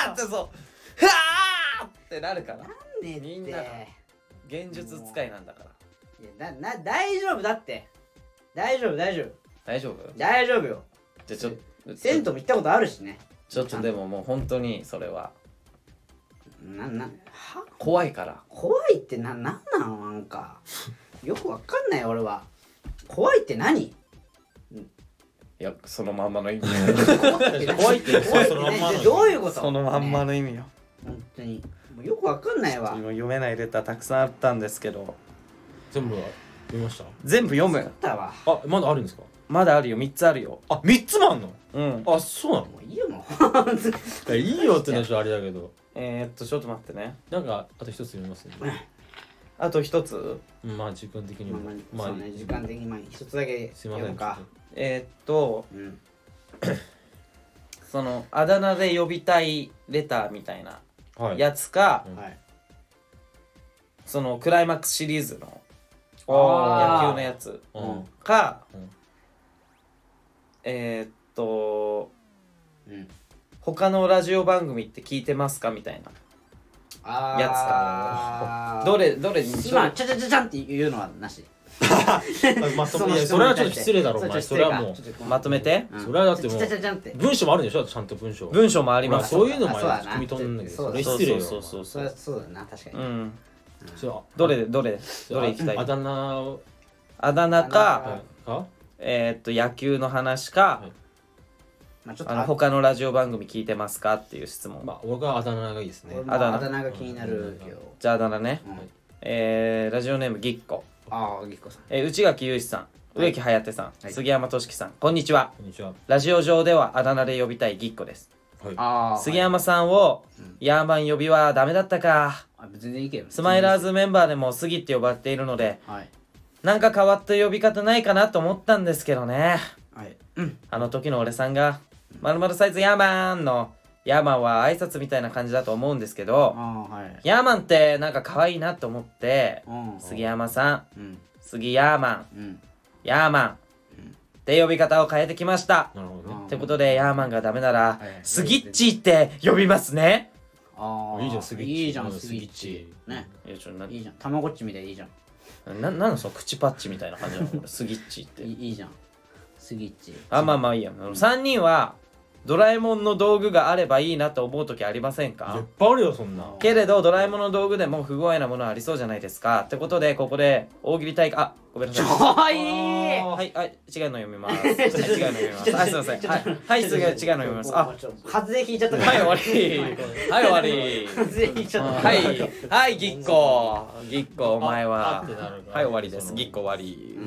ーってそうふわーってなるからんねえってみんなが現実使いなんだからいやなな大丈夫だって大丈夫大丈夫大丈夫大丈夫よじゃあちょっと銭湯も行ったことあるしねちょっとでももう本当にそれはなんなんは怖いから怖いってななんなのなんかよくわかんない俺は怖いって何いやそのまんまの意味怖いって何怖いって言う怖いってそのまんま何のどういうことそのまんまねの意味よ本当にもうよくわかんないわ今読めないレターたくさんあったんですけど全部は見ました全部読むだわあまだあるんですかまだあるよ3つあるよあ三つもあんのうんあそうなのもういいよもう <laughs> いやいいよってのはちょっとあれだけどえー、っとちょっと待ってねなんかあと一つ読みますねあと1つまあ時間的にまあもまあまあそうね時間的にまあ一つだけすいま読むせんかえー、っとうんそのあだ名で呼びたいレターみたいなはいやつか、うんはいそのクライマックスシリーズのあー野球のやつうんか、うんえー、っとうん他のラジオ番組って聞いてますかみたいなあーやつかどれどれにしよ今うちゃちゃちゃちゃんって言うのはなしあまあそのいや質そ問れにはちょ対っとして失礼だろお前ちそょっと失礼れはかもうちょっとまとめてうんそれはだってもうちゃちゃちゃちゃんって文章もあるんでしょちゃんと文章文章もありままあすそういうのもあそうだあなる組み取んだけどそうそだれな失礼よそうそうそそううだそうそうだな確かに、うんそうどれどれどれいきたいあだ名をあだ名あかだかえー、っと野球の話か、はいまあちょっとあの他のラジオ番組聞いてますかっていう質問、まあ俺があだ名がいいですね俺もあだ名あだ名が気になるけど、じゃああだ名ね、うんはいえー、ラジオネームぎっこ、ああぎっこさんえー、内垣雄一さん植木颯さん、はい杉山俊樹さんこんにちはこんにちはラジオ上ではあだ名で呼びたいぎっこですはいああ杉山さんを、ヤーマン呼びはダメだったかあ全然いいけどスマイラーズズメンバーでも杉って呼ばれているのではいなんか変わった呼び方ないかなと思ったんですけどねはいうんあの時の俺さんが「まるまるサイズヤーマン」の「ヤーマン」は挨拶みたいな感じだと思うんですけあどあはいヤーマンってなんか可愛いなと思ってうん杉山さうんん杉ヤーマンうんヤーマンって呼び方を変えてきましたなるほどねってことでヤーマンがダメならはいスギッチって呼びますねああいいじゃんスギッチいいじゃんうんスギッチスギッチねいやちょないいじゃんたまごっちみたいでいいじゃんななんのその口パッチみたいな感じなの <laughs> これスギッチっていいいじゃんスギッチあまあまあいいや、3人はドラえもんの道具があればいいなと思う時ありませんいっかぱいあるよそんなけれどドラえもんの道具でも不具合なものはありそうじゃないですかってことでここで大喜利大会あごめんなさいかわいいはいはい違うの読み <laughs> ます、はい、違うの読みますあすいませんはい、はい、すぐ違うの読みますあちょっと発で引いちゃったかはらい終わりはい終わ <laughs> り発で引いちゃったはいはいぎっこぎっこお前ああはってなるからはい終わりですそのぎっこ終わり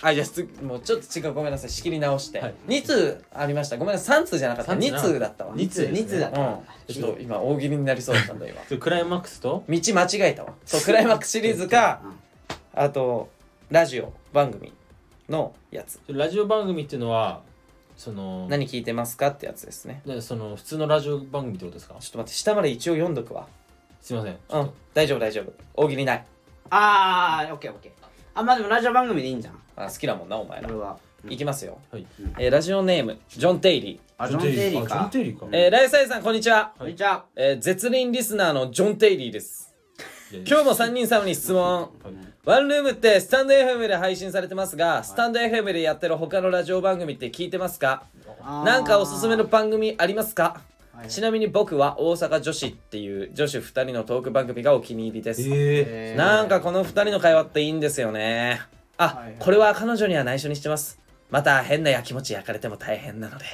はいじゃあつもうちょっと違うごめんなさい仕切り直して、はい二2通ありましたごめんなさい3通じゃなかった三通2な通だったわ二通二通だったうんちょっと今大喜利になりそうだったんだ今でクライマックスと道間違えたわそうクライマッ <laughs> クスシリーズかあとラジオ番組のやつラジオ番組っていうのはその何聞いてますかってやつですねでその普通のラジオ番組ってことですかちょっと待って下まで一応読んどくわすいませんうん大丈夫大丈夫大喜利ないああオッケーオッケーあまあでもラジオ番組でいいんじゃんあ好きだもんなお前ら俺は、いきますよ、はいえーラジオネームジョン・テイリあジョン・テイリーあジョンかテイリーかー、えーライサイさんこんにちは、こんにちはえー絶倫リスナーのジョン・テイリーです今日も3人様に質問ワンルームってスタンド FM で配信されてますがスタンド FM でやってる他のラジオ番組って聞いてますかなんかおすすめの番組ありますかはいちなみに僕は大阪女子っていう女子2人のトーク番組がお気に入りです、ええーなんかこの2人の会話っていいんですよねあ、はいはいこれは彼女には内緒にしてますまた変なやきもち焼かれても大変なので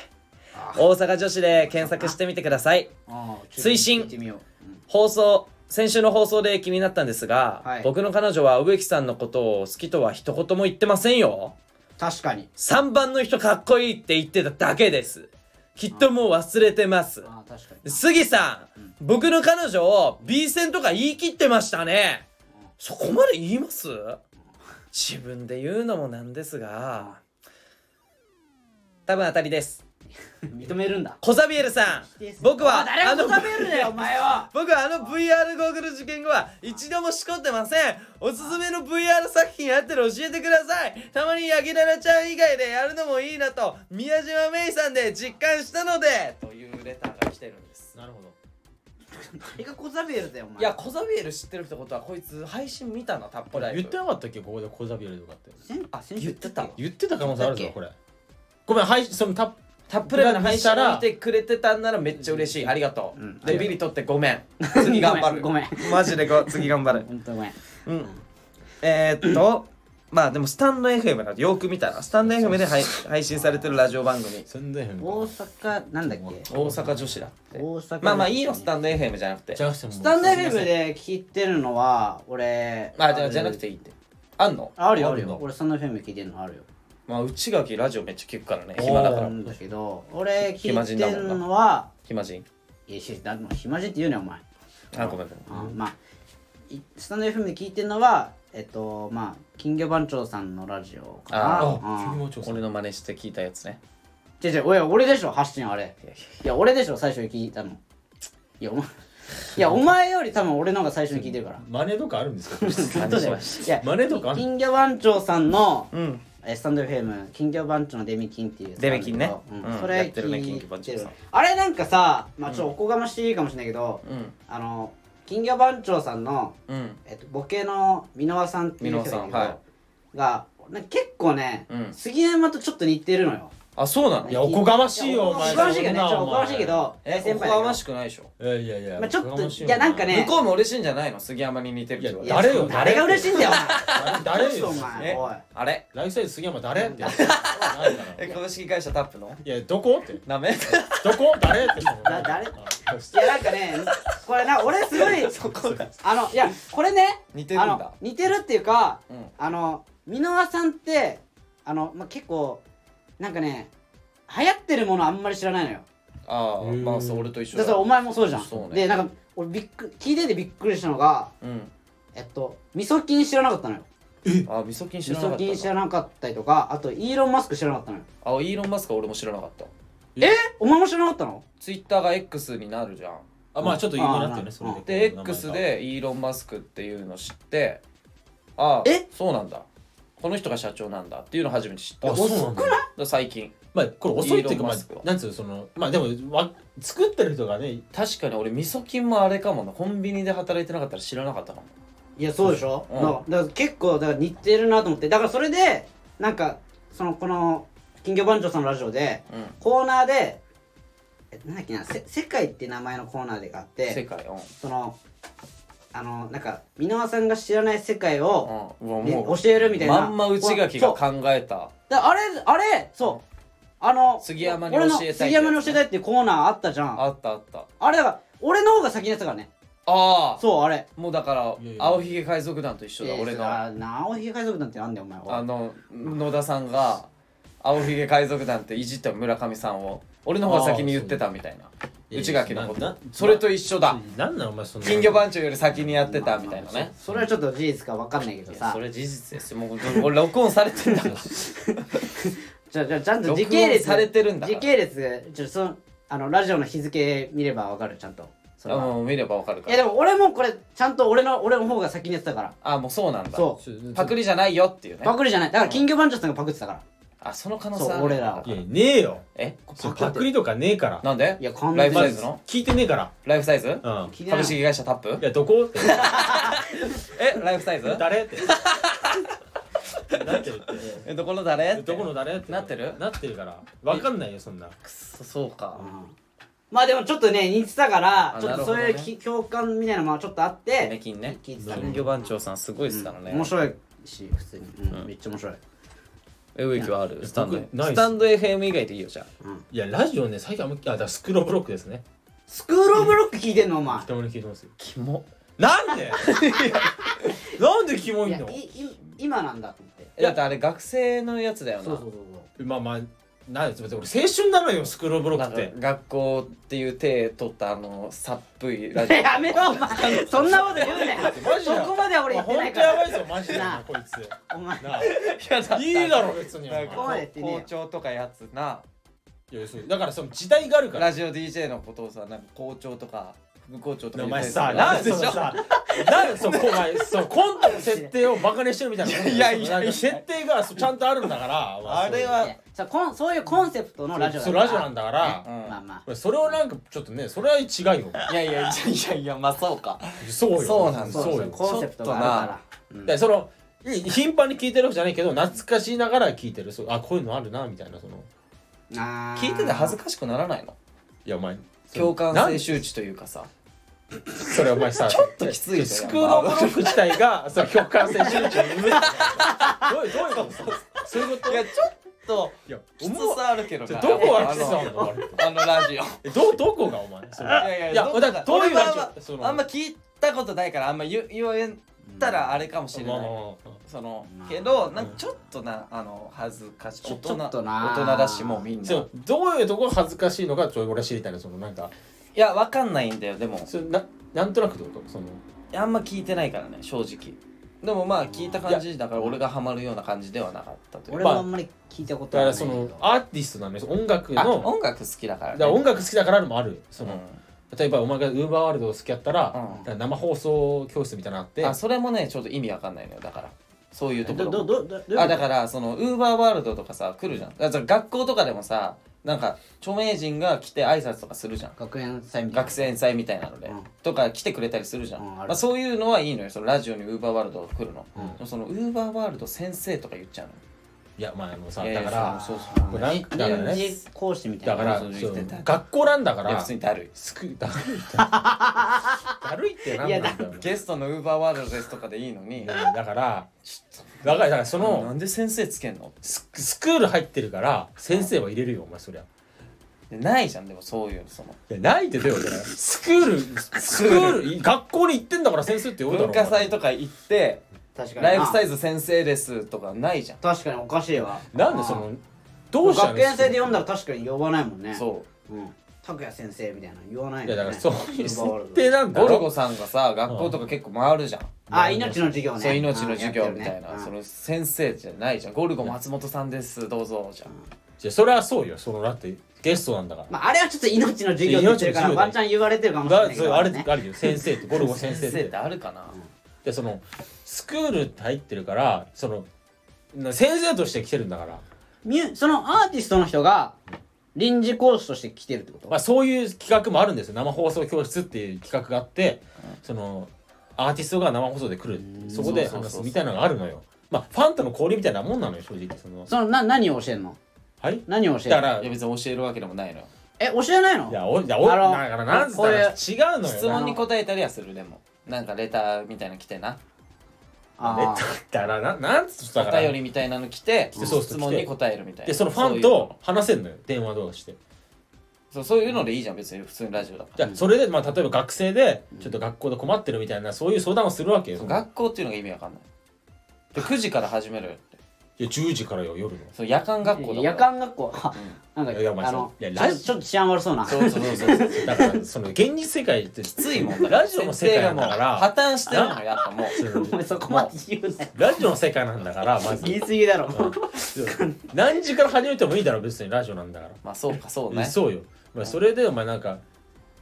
あ大阪女子で検索してみてくださいあーちょっと推進行ってみよううん放送先週の放送で気になったんですが、はい僕の彼女は植木さんのことを好きとは一言も言ってませんよ確かに3番の人かっこいいって言ってただけですきっともう忘れてますあー確かに杉さん、僕の彼女を B 線とか言い切ってましたね、そこまで言います自分で言うのもなんですが多分当たりです認めるんだコザビエルさん僕はあ誰があの食べるだよお <laughs> 前は僕はあの VR ゴーグル受験後は一度もしこってませんおすすめの VR 作品あったら教えてくださいたまにヤギララちゃん以外でやるのもいいなと宮島芽衣さんで実感したのでというレターが来てるんですなるほど誰がコザビエルだよお前いやコザビエル知ってるってことはこいつ配信見たなタップライブ言ってなかったっけここでコザビエルとかってせんあ先週言ってたわ言ってた可能性ある言ぞったこれごめんはいそのタッタップライブの配信見てくれてたんならめっちゃ嬉しいありがとう、うんでビビ取ってごめん次頑張るごめんマジでご次頑張る本当ごめんうん、えー、っとまあでもスタンド FM なんてよく見たらスタンド FM で配配信されてるラジオ番組宣伝編大阪なんだっけ大阪女子だっ大て阪女子まあまあいいよスタンド FM じゃなくてじゃなくてもスタンド FM で聞いてるのは俺あじゃじゃなくていいってあんのあるよああるるのよ俺スタンド FM 聞いてるのあるよまあ内垣ラジオめっちゃ聞くからね暇だかならんだけど俺聞暇い人てだもんなるのは暇人いやだってもう暇人って言うねお前あごめんごめんあまあいスタンド FM で聞いてるのはえっとまあ金魚番長さんのラジオかなああうん君も調査俺の真似して聞いたやつね違う違う俺俺でしょ発信あれいやいやいや俺でしょ最初に聞いたのい <laughs> やお前いやお前より多分俺の方が最初に聞いてるから真似とかあるん <laughs> ですか本当だよいや真似とかあんの金魚番長さんの、うんえースタンド FM 金魚番長のデミキンっていうデミキンねう、うんんそれや聞っいててるる,、ね金魚番長さんあれなんかさまあちょっとおこがましいかもしれないけど、うんあの金魚番長さんの、うんえっと、ボケの箕輪さんっていう人だけ箕輪ど、さんはがなんか結構ね、うん杉山とちょっと似てるのよあそうなのいいやおこがましいよおお前こがましいけどねちょっとおこがましいけどえ先おこ輩がましくないでしょいやいやいやまあちょっとおこがましよいやなんかね向こうも嬉しいんじゃないの杉山に似てるって言われいてや誰よ誰が嬉しいんだよ <laughs> お前誰誰ちょよっとお前えおいあれライフサイズ杉山誰ってなんだろうえ株式会社タ <laughs> ップのいやどこってダメどこ誰ってだ誰いいやなんかねこれな俺すごいそこだあのいやこれね似てるんだあの似てるっていうか、うんあの箕輪さんってあの、まあ、結構なんかね流行ってるものあんまり知らないのよああうんまあそう俺と一緒だからお前もそうじゃんそうねでなんか俺びっく聞いててびっくりしたのがうんえっと味噌菌知らなかったのよあ味噌菌知味らなか噌った菌知らななかったりとかあとイーロン・マスク知らなかったのよあイーロン・マスクは俺も知らなかったえお前も知らなかったのツイッターが X になるじゃんあまあちょっと有名になったよねそれでで X でイーロン・マスクっていうの知ってああえそうなんだこの人が社長なんだっていうの初めて知ったあだかそうなんだら最近まあこれ遅いっていうかまイーロンマスクはあなんつうのそのまあでもわ作ってる人がね確かに俺味噌菌もあれかもなコンビニで働いてなかったら知らなかったかもいやそうでしょ、うんだからだから結構だから似てるなと思ってだからそれでなんかそのこの金魚番長さんのラジオで、うんコーナーでえなんだっけな「せ世界」って名前のコーナーでがあっ世て界うんそのあのなんか箕輪さんが知らない世界を、うんうわねもう教えるみたいなまんま内垣が考えただあれあれそうあの杉山に俺の教えたいってやつね杉山に教えたいっていうコーナーあったじゃんああったあったれだから俺の方が先のやつだからねああそうあれもうだからいやいや青ひげ海賊団と一緒だ俺のあなおひげ海賊団ってなんだよお前あの野田さんが青ひげ海賊団っていじった村上さんを俺の方が先に言ってたみたいな内垣のこいやといやなそれと一緒だなんなんお前その金魚番長より先にやってたみたいなねそれはちょっと事実かわかんないけどいさやそれ事実ですよもう俺録音されてんだからじゃあじゃあちゃんと時系列録音されてるんだか時ら系列ちょっとそのあのラジオの日付見ればわかるちゃんとそれあはもう見ればわかるいかやらでも俺もこれちゃんと俺の俺の方が先にやってたからあもうそうなんだそパクリじゃないよっていううねパクリじゃないだから金魚番長さんがパクってたからあその可能性あるそう俺らはいやねえよえそうパクリとかねえからなんでいや完ライ全にブサまイズずの聞いてねえからライフサイズうん聞いてない株式会社タップいやどこ <laughs> えライフサイズ誰 <laughs> ってなってるっえどこの誰てどこの誰ってなってるなってるからわかんないよそんなくそそうかうんまあでもちょっとね似てたからあちょっとなるほそうどねいうき共感みたいなのもちょっとあって胸筋ね聞いてたね金魚番長さんすごいですからね面白いし普通に、うんめっちゃ面白い、え植木はあるスタンド僕ないっすスタンド FM 以外でいいよじゃうん、いやラジオね最近あんまあだからスクローブロックですねスクールオブロック聞いてんのお前たまに聞いてますよキモなんでなんでキモいいやのいい今なんだと思ってだってあれ学生のやつだよなそうそうそうまあまあなんで俺青春なのよスクローブロッなんクっかて学校っていう手取ったあのさっぷいラそジうオやめろお前そんなこと言うなよマジそでこまでは俺言ってないかまあら本当やばいぞマジでなあこいつお前なあやだいいだろ別におな前んかここまでやってねえよ校長とかやつないやそうだからその時代があるからラジオ DJ のことをさなんか校長とか副校長とか言おっ前てさたなんりでするでそしのょさなんでそこお前そうコントの設定をバカにしてるみたいなもんだよいやいやいやなんか設定がそうちゃんとあるんだからお前あれはいやそうこんそういうコンセプトのラジオそうラジオなんだだかうらんまあまあそれをなんかちょっとねそれは違うよいやいやいやいやいやまあそうかそうよそうなんだそうそうそうよコンセプトがあるからだからそのい頻繁に聞いてるわけじゃないけど懐かしいながら聞いてるそうあこういうのあるなみたいなそのあー聞いてて恥ずかしくならないのいやお前共感なん性周知というかさそれお前さちょっちょっときついスじゃんクローブロック自体がそう共感性周知を生むどういうどういうことそういうこといやちょっといやきつさあるけどじゃなあどこやがっきつぱさあんのあのあのラジオえどどこがお前それいいやいやどだからどういう俺もあラんまジオそのあんま聞いたことないからあんま言う言えたらあれかもしれまない、あまあまあまそのまあけどなんかちょっとなあの恥ずかしいちょ大人ちょっとな大人だしもうみんあなそういどういうとこが恥ずかしいのかちょっと俺は知りたいなそのなんかやわかんないんだよでもそれななんとなくってことそのあんま聞いてないからね正直でもまあ聞いた感じだから俺がハマるような感じではなかったという俺もあんまり聞いたことだはかないらけどそのアーティストなのよ音楽あの音楽好きだから、だね、から音楽好きだからのもあるそうんの、例えばお前がウーバーワールドを好きやったら,、うん生放送教室みたいなのあってあそれもねちょっと意味わかんないのよだからそういうとこどろどどどどういうことあだからそのウーバーワールドとかさ来るじゃんだから学校とかでもさなんか著名人が来て挨拶とかするじゃん学園祭みたいな学生祭みたいなので、うんとか来てくれたりするじゃん、うんあるまあ、そういうのはいいのよそのラジオにウーバーワールドが来るの、でもそのウーバーワールド先生とか言っちゃうのいやまああのさえーだからそうそうこれなんだからね臨時講師みたいだなからそうそう言ってた学校なんだかいやら普通にだるいすくだるいってだるいってなんいやなだんだよゲストのウーバーワールドですとかでいいのにいやだからだからだからそなのんで先生つけんのススクール入ってるから先生は入れるよお前そりゃでないじゃんでもそういうそのいやないってどういうことだよスクールスクール学校に行ってんだから先生って呼ぶだろ文化祭とか行って確かにライフサイズ先生ですとかないじゃん確かにおかしいわお前なんでそのどうしたの学園祭で読んだら確かに呼ばないもんね、そうん、拓也先生みたいなの言わないもんねいやだからそういう奪われる設定なんうだろゴルゴさんがさ学校とか結構回るじゃん、あ命の授業ねそう命の授業みたいあな、やってそるねの先生じゃないじゃんゴルゴ松本さんですどうぞじゃんじゃあそれはそうよそのだってゲストなんだからまあ、あれはちょっと命の授業って言ってるから命の授業だよワンチャン言われてるかもしれなだいけそど、うね、あれあるよ <laughs> 先生ってゴルゴ先先生っ生っててあるかな、でそのスクールって入ってるからそのな先生として来てるんだから、ミュそのアーティストの人が臨時講師として来てるってこと、まあ、そういう企画もあるんですよ生放送教室っていう企画があってそのアーティストが生放送で来るそこでそうそうそ話うすそうみたいなのがあるのよまあファンとの交流みたいなもんなのよ正直そのそのな何を教えるのはい何を教えるだかのらいや別に教えるわけでもないのよえ教えないのいやおいやおあだのからなんつっこうたいらう違うのよ質問に答えたりはするでもなんかレターみたいなの来てなあえだからななんつったかおら便りみたいなの来てそうそう質問に答えるみたいなでそのファンと話せんのよ電話とかしてそうそういうのでいいじゃん別に普通にラジオだかじらゃあそれで、まあ、例えば学生でちょっと学校で困ってるみたいなそういう相談をするわけよ。そうい学校っていうのが意味わかんないで9時から始めるってや10時からよ夜の。そう夜間学校だ夜から間学校 <laughs> あなんかいやお前あのいやちょっラとジちょっと治安悪そうなそうそうそう <laughs> そうだからその現実世界ってきついも <laughs> んだラジオの世界なん設定がもだかう破ら綻してるのやっぱもう <laughs> お前そこまで言うなよラジオの世界なん <laughs> だからまず言い過ぎだろ何時から始めてもいいだろ別にラジオなんだかまあそうかそうら。ねそうよ。まあ、それでお前なんか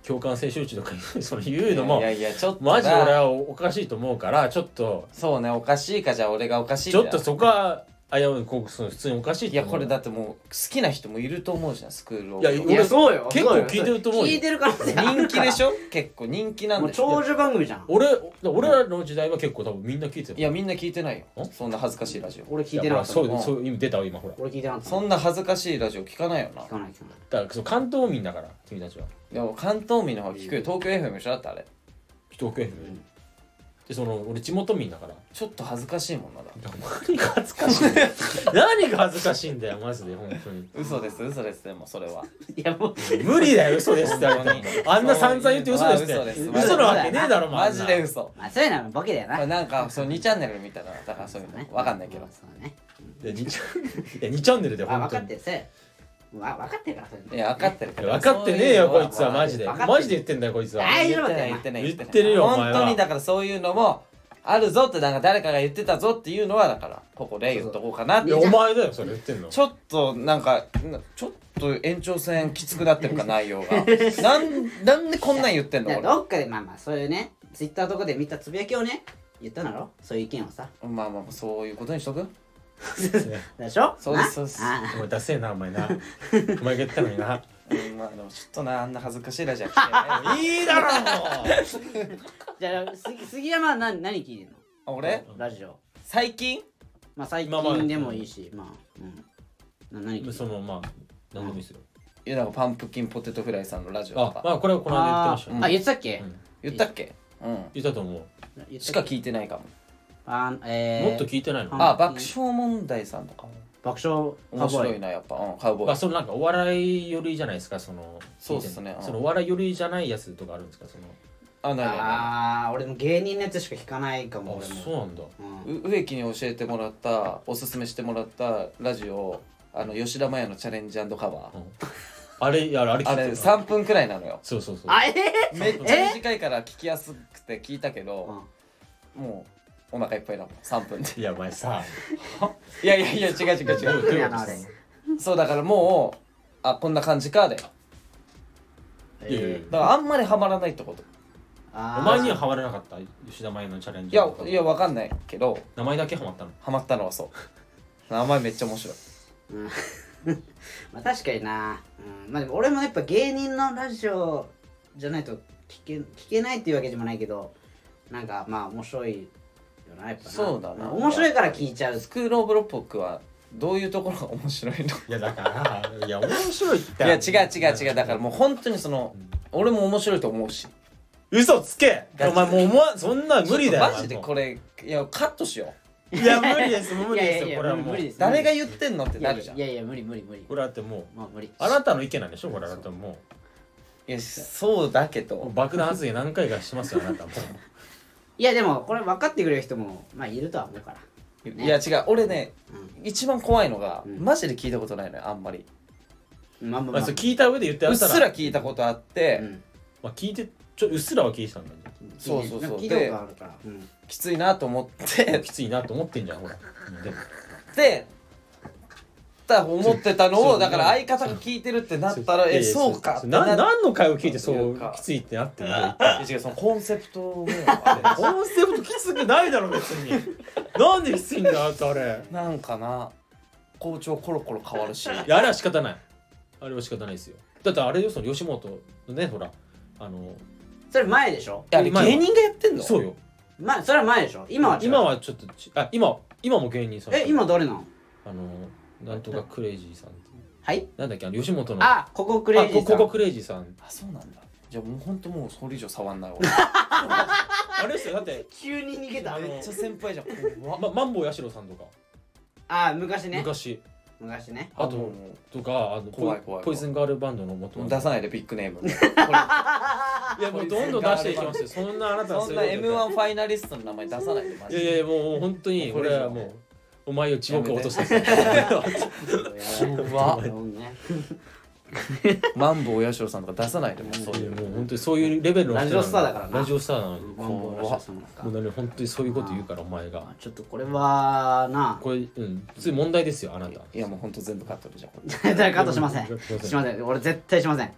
共感性周知とか <laughs> その言うのもいやいやちょっとなマジ俺はおかしいと思うからちょっとそうねおかしいかじゃあ俺がおかしいちょっとそこは危ういこうその普通におかしいいとや思こうれだってもう好きな人もいると思うじゃんスクールをいやい俺やそうよ結構聞いてると思うよ聞いてる可能性あ人る気からでしょ結構人気なんもだうよ長寿番組じゃん俺俺らの時代は結構多分みんな聞いているやみんな聞いてないよそんな恥ずかしいラジオ俺聞いてなかやっまあたそ俺うそう今出たわ今ほら聞いてなかったそんな恥ずかしいラジオ聞かないよな聞かない聞かないだからそう関東民だから君たちはでも関東民の方が聞くよ東京 FM 一緒だったあれ東京 FM でその俺地元民だからちょっと恥ずかしいもんなだ何が恥ずかしい <laughs> 何が恥ずかしいんだよマジで本当に嘘です嘘ですでもそれはいやもう無理だよ嘘ですってあのあんな散々言って嘘ですっそういうのは嘘てです嘘なわけねえだろもうあマんなジで嘘まあそういうのはボケだよまなあなんかその2チャンネル見たらだからそういうのわかんないけどそうね <laughs> いや2チャンいや二チャンネルであ本分当かっにてるそれわ分かってるからそれいや分かってるかいらや分かってねえそうようこのはいつはマジで分かってるマジで言ってんだよこいつはあい言ってない言ってない言ってるよお前本は当にだからそういうのもあるぞってなんか誰かが言ってたぞっていうのはだからここで言っとこうかなっいてやお前だよそれ言ってんのちょっとなんかなちょっと延長戦きつくなってるか内容がなんなんでこんなん言ってんのだから俺どっかでまあまあそういうねツイッターとかで見たつぶやきをね言ったんだろそういう意見をさまあまあそういうことにしとくでしょそうですそうですなあお前ダセえなお前なお前が言ったのになうんまあでもちょっとなあんな恥ずかしいラジオ聞け <laughs> ないいいだろもうあじゃあ杉杉山は何何聞いてんのあ俺ラジオ最近まあ最まあまあ近でもいいしまあうんな何聞いてそんののまあ何でもいいですよいやなんかパンプキンポテトフライさんのラジオとあかまあこれはこの間言ってましたあねあ言ってたっけうん言ったっけうん言ったと思言っしたかっけ聞いてないかもあえうーもっと聞いてないのあ爆笑問題さんとかも爆笑カウ面ボー白イいなやっぱうんカウボまーあイそのなんかお笑い寄りじゃないですかそのそうっすね聞いてんのそのお笑い寄りじゃないやつとかあるんですかそのあないないないあー俺も芸人のやつしか聞かないかもあ俺もそうなんだうんう植木に教えてもらったおすすめしてもらったラジオあの吉田麻也のチャレンジカバーあれいやあれ聞いてあたれ3分くらいなのよそうそうそうあえめっちゃ短いから聞きやすくて聞いたけどもうお腹いっぱいだもん3分でいやお前さいやいやいや違う違うー違う無理やなあれそうだからもうあこんな感じかだよいやいやいえーだからあんまりハマらないってことあーお前にはハマらなかった吉田麻也のチャレンいジやいやわかんないけど名前だけハマったのハマったのはそう名前めっちゃ面白いうんまあ確かにな、うん、まあでも俺もやっぱ芸人のラジオじゃないと聞け聞けないっていうわけでもないけどなんかまあ面白いよなやっぱなそうだな面白いから聞いちゃうスクールオブロッポックはどういうところが面白いのいやだからいや面白いっていや違う違う違うだからもう本当にその俺も面白いと思うし嘘つけガおチ前もう思わそんな無ちょ理だよっとマジでこれいやカットしよれいや無理です無い理やいやですいよやこれはも無う理です誰が言ってんのっていやないるじやゃんいいややいや無理無理無理これだってもうもう無理あなたの意見なんでしょこれだってもそうだけうもうど爆弾発言何回かしてますよあなたもいやでもこれ分かってくれる人もまあいるとは思うからいや違う俺ねう一番怖いのがうんマジで聞いたことないのよあんまりまあまあままああそれ聞いた上で言ってうやっったすらら聞いたことあってうんまあ聞いてちょうっすらは聞いてたんだけそうそうそう聞いたことあるからうんきついなと思ってどきついなと思ってんじゃんほらでもでだ思ってたのそをうだから相方が聞いてるってなったらいやえいやそうかってなな何の回を聞いてそそううかきついってなってないいや違うそのコンセプトをねあコンセプトきつくないだろ別になんできついんだよあれれなんかな校長コロコロ変わるしいやあれは仕方ないあれは仕方ないですよだってあれよその吉本のねほらあのそれ前でしょいやあれ芸人がやってんのそうよまあそれは前でしょ今は違う今はちょっとちあ今今も芸人さんえ今誰なのあのなんとかクレイジーさんっていうはいなんだっけあの吉本のあここクレイジーあさこんここクレイジーさんあそうなんだじゃあもう本当もうそれ以上触んない俺あれですよだって急に逃げためっちゃ先輩じゃん怖っまマンボウ八代さんとかあ昔ね昔昔ねああとともとかあのポ怖い怖いイ怖いポイズンガールバンドの元う出さないでビッグ <laughs> ネームこれいやもうどんどん出していきますよそんなあなたはそんな m 1ファイナリストの名前出さないでマいジやでいやいやもう本当にこれ俺以上はもうお前を地獄落としてさ怖っね <laughs> マンボウ八代さんとか出さないでもうそういいやうもう本当にそういうレベルの人なのラジオスターだからなラジオスターなのにマンボウの社さんかもう何本当にそういうこと言うからお前がちょっとこれは <laughs> なこれうん普通に問題ですよあなたいやもうほんと全部カットでじゃあこれ絶対カットしませんいやいやいやしません俺絶対しません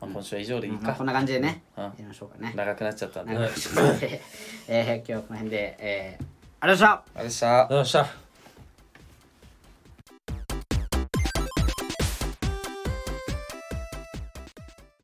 まあ、今週は以上でいいまあかこんな感じでね、うんやりましょうかね。長くなっちゃったんであ <laughs> り長くえー今日はこの辺で、えーありがとうございましたがとうございましたうございました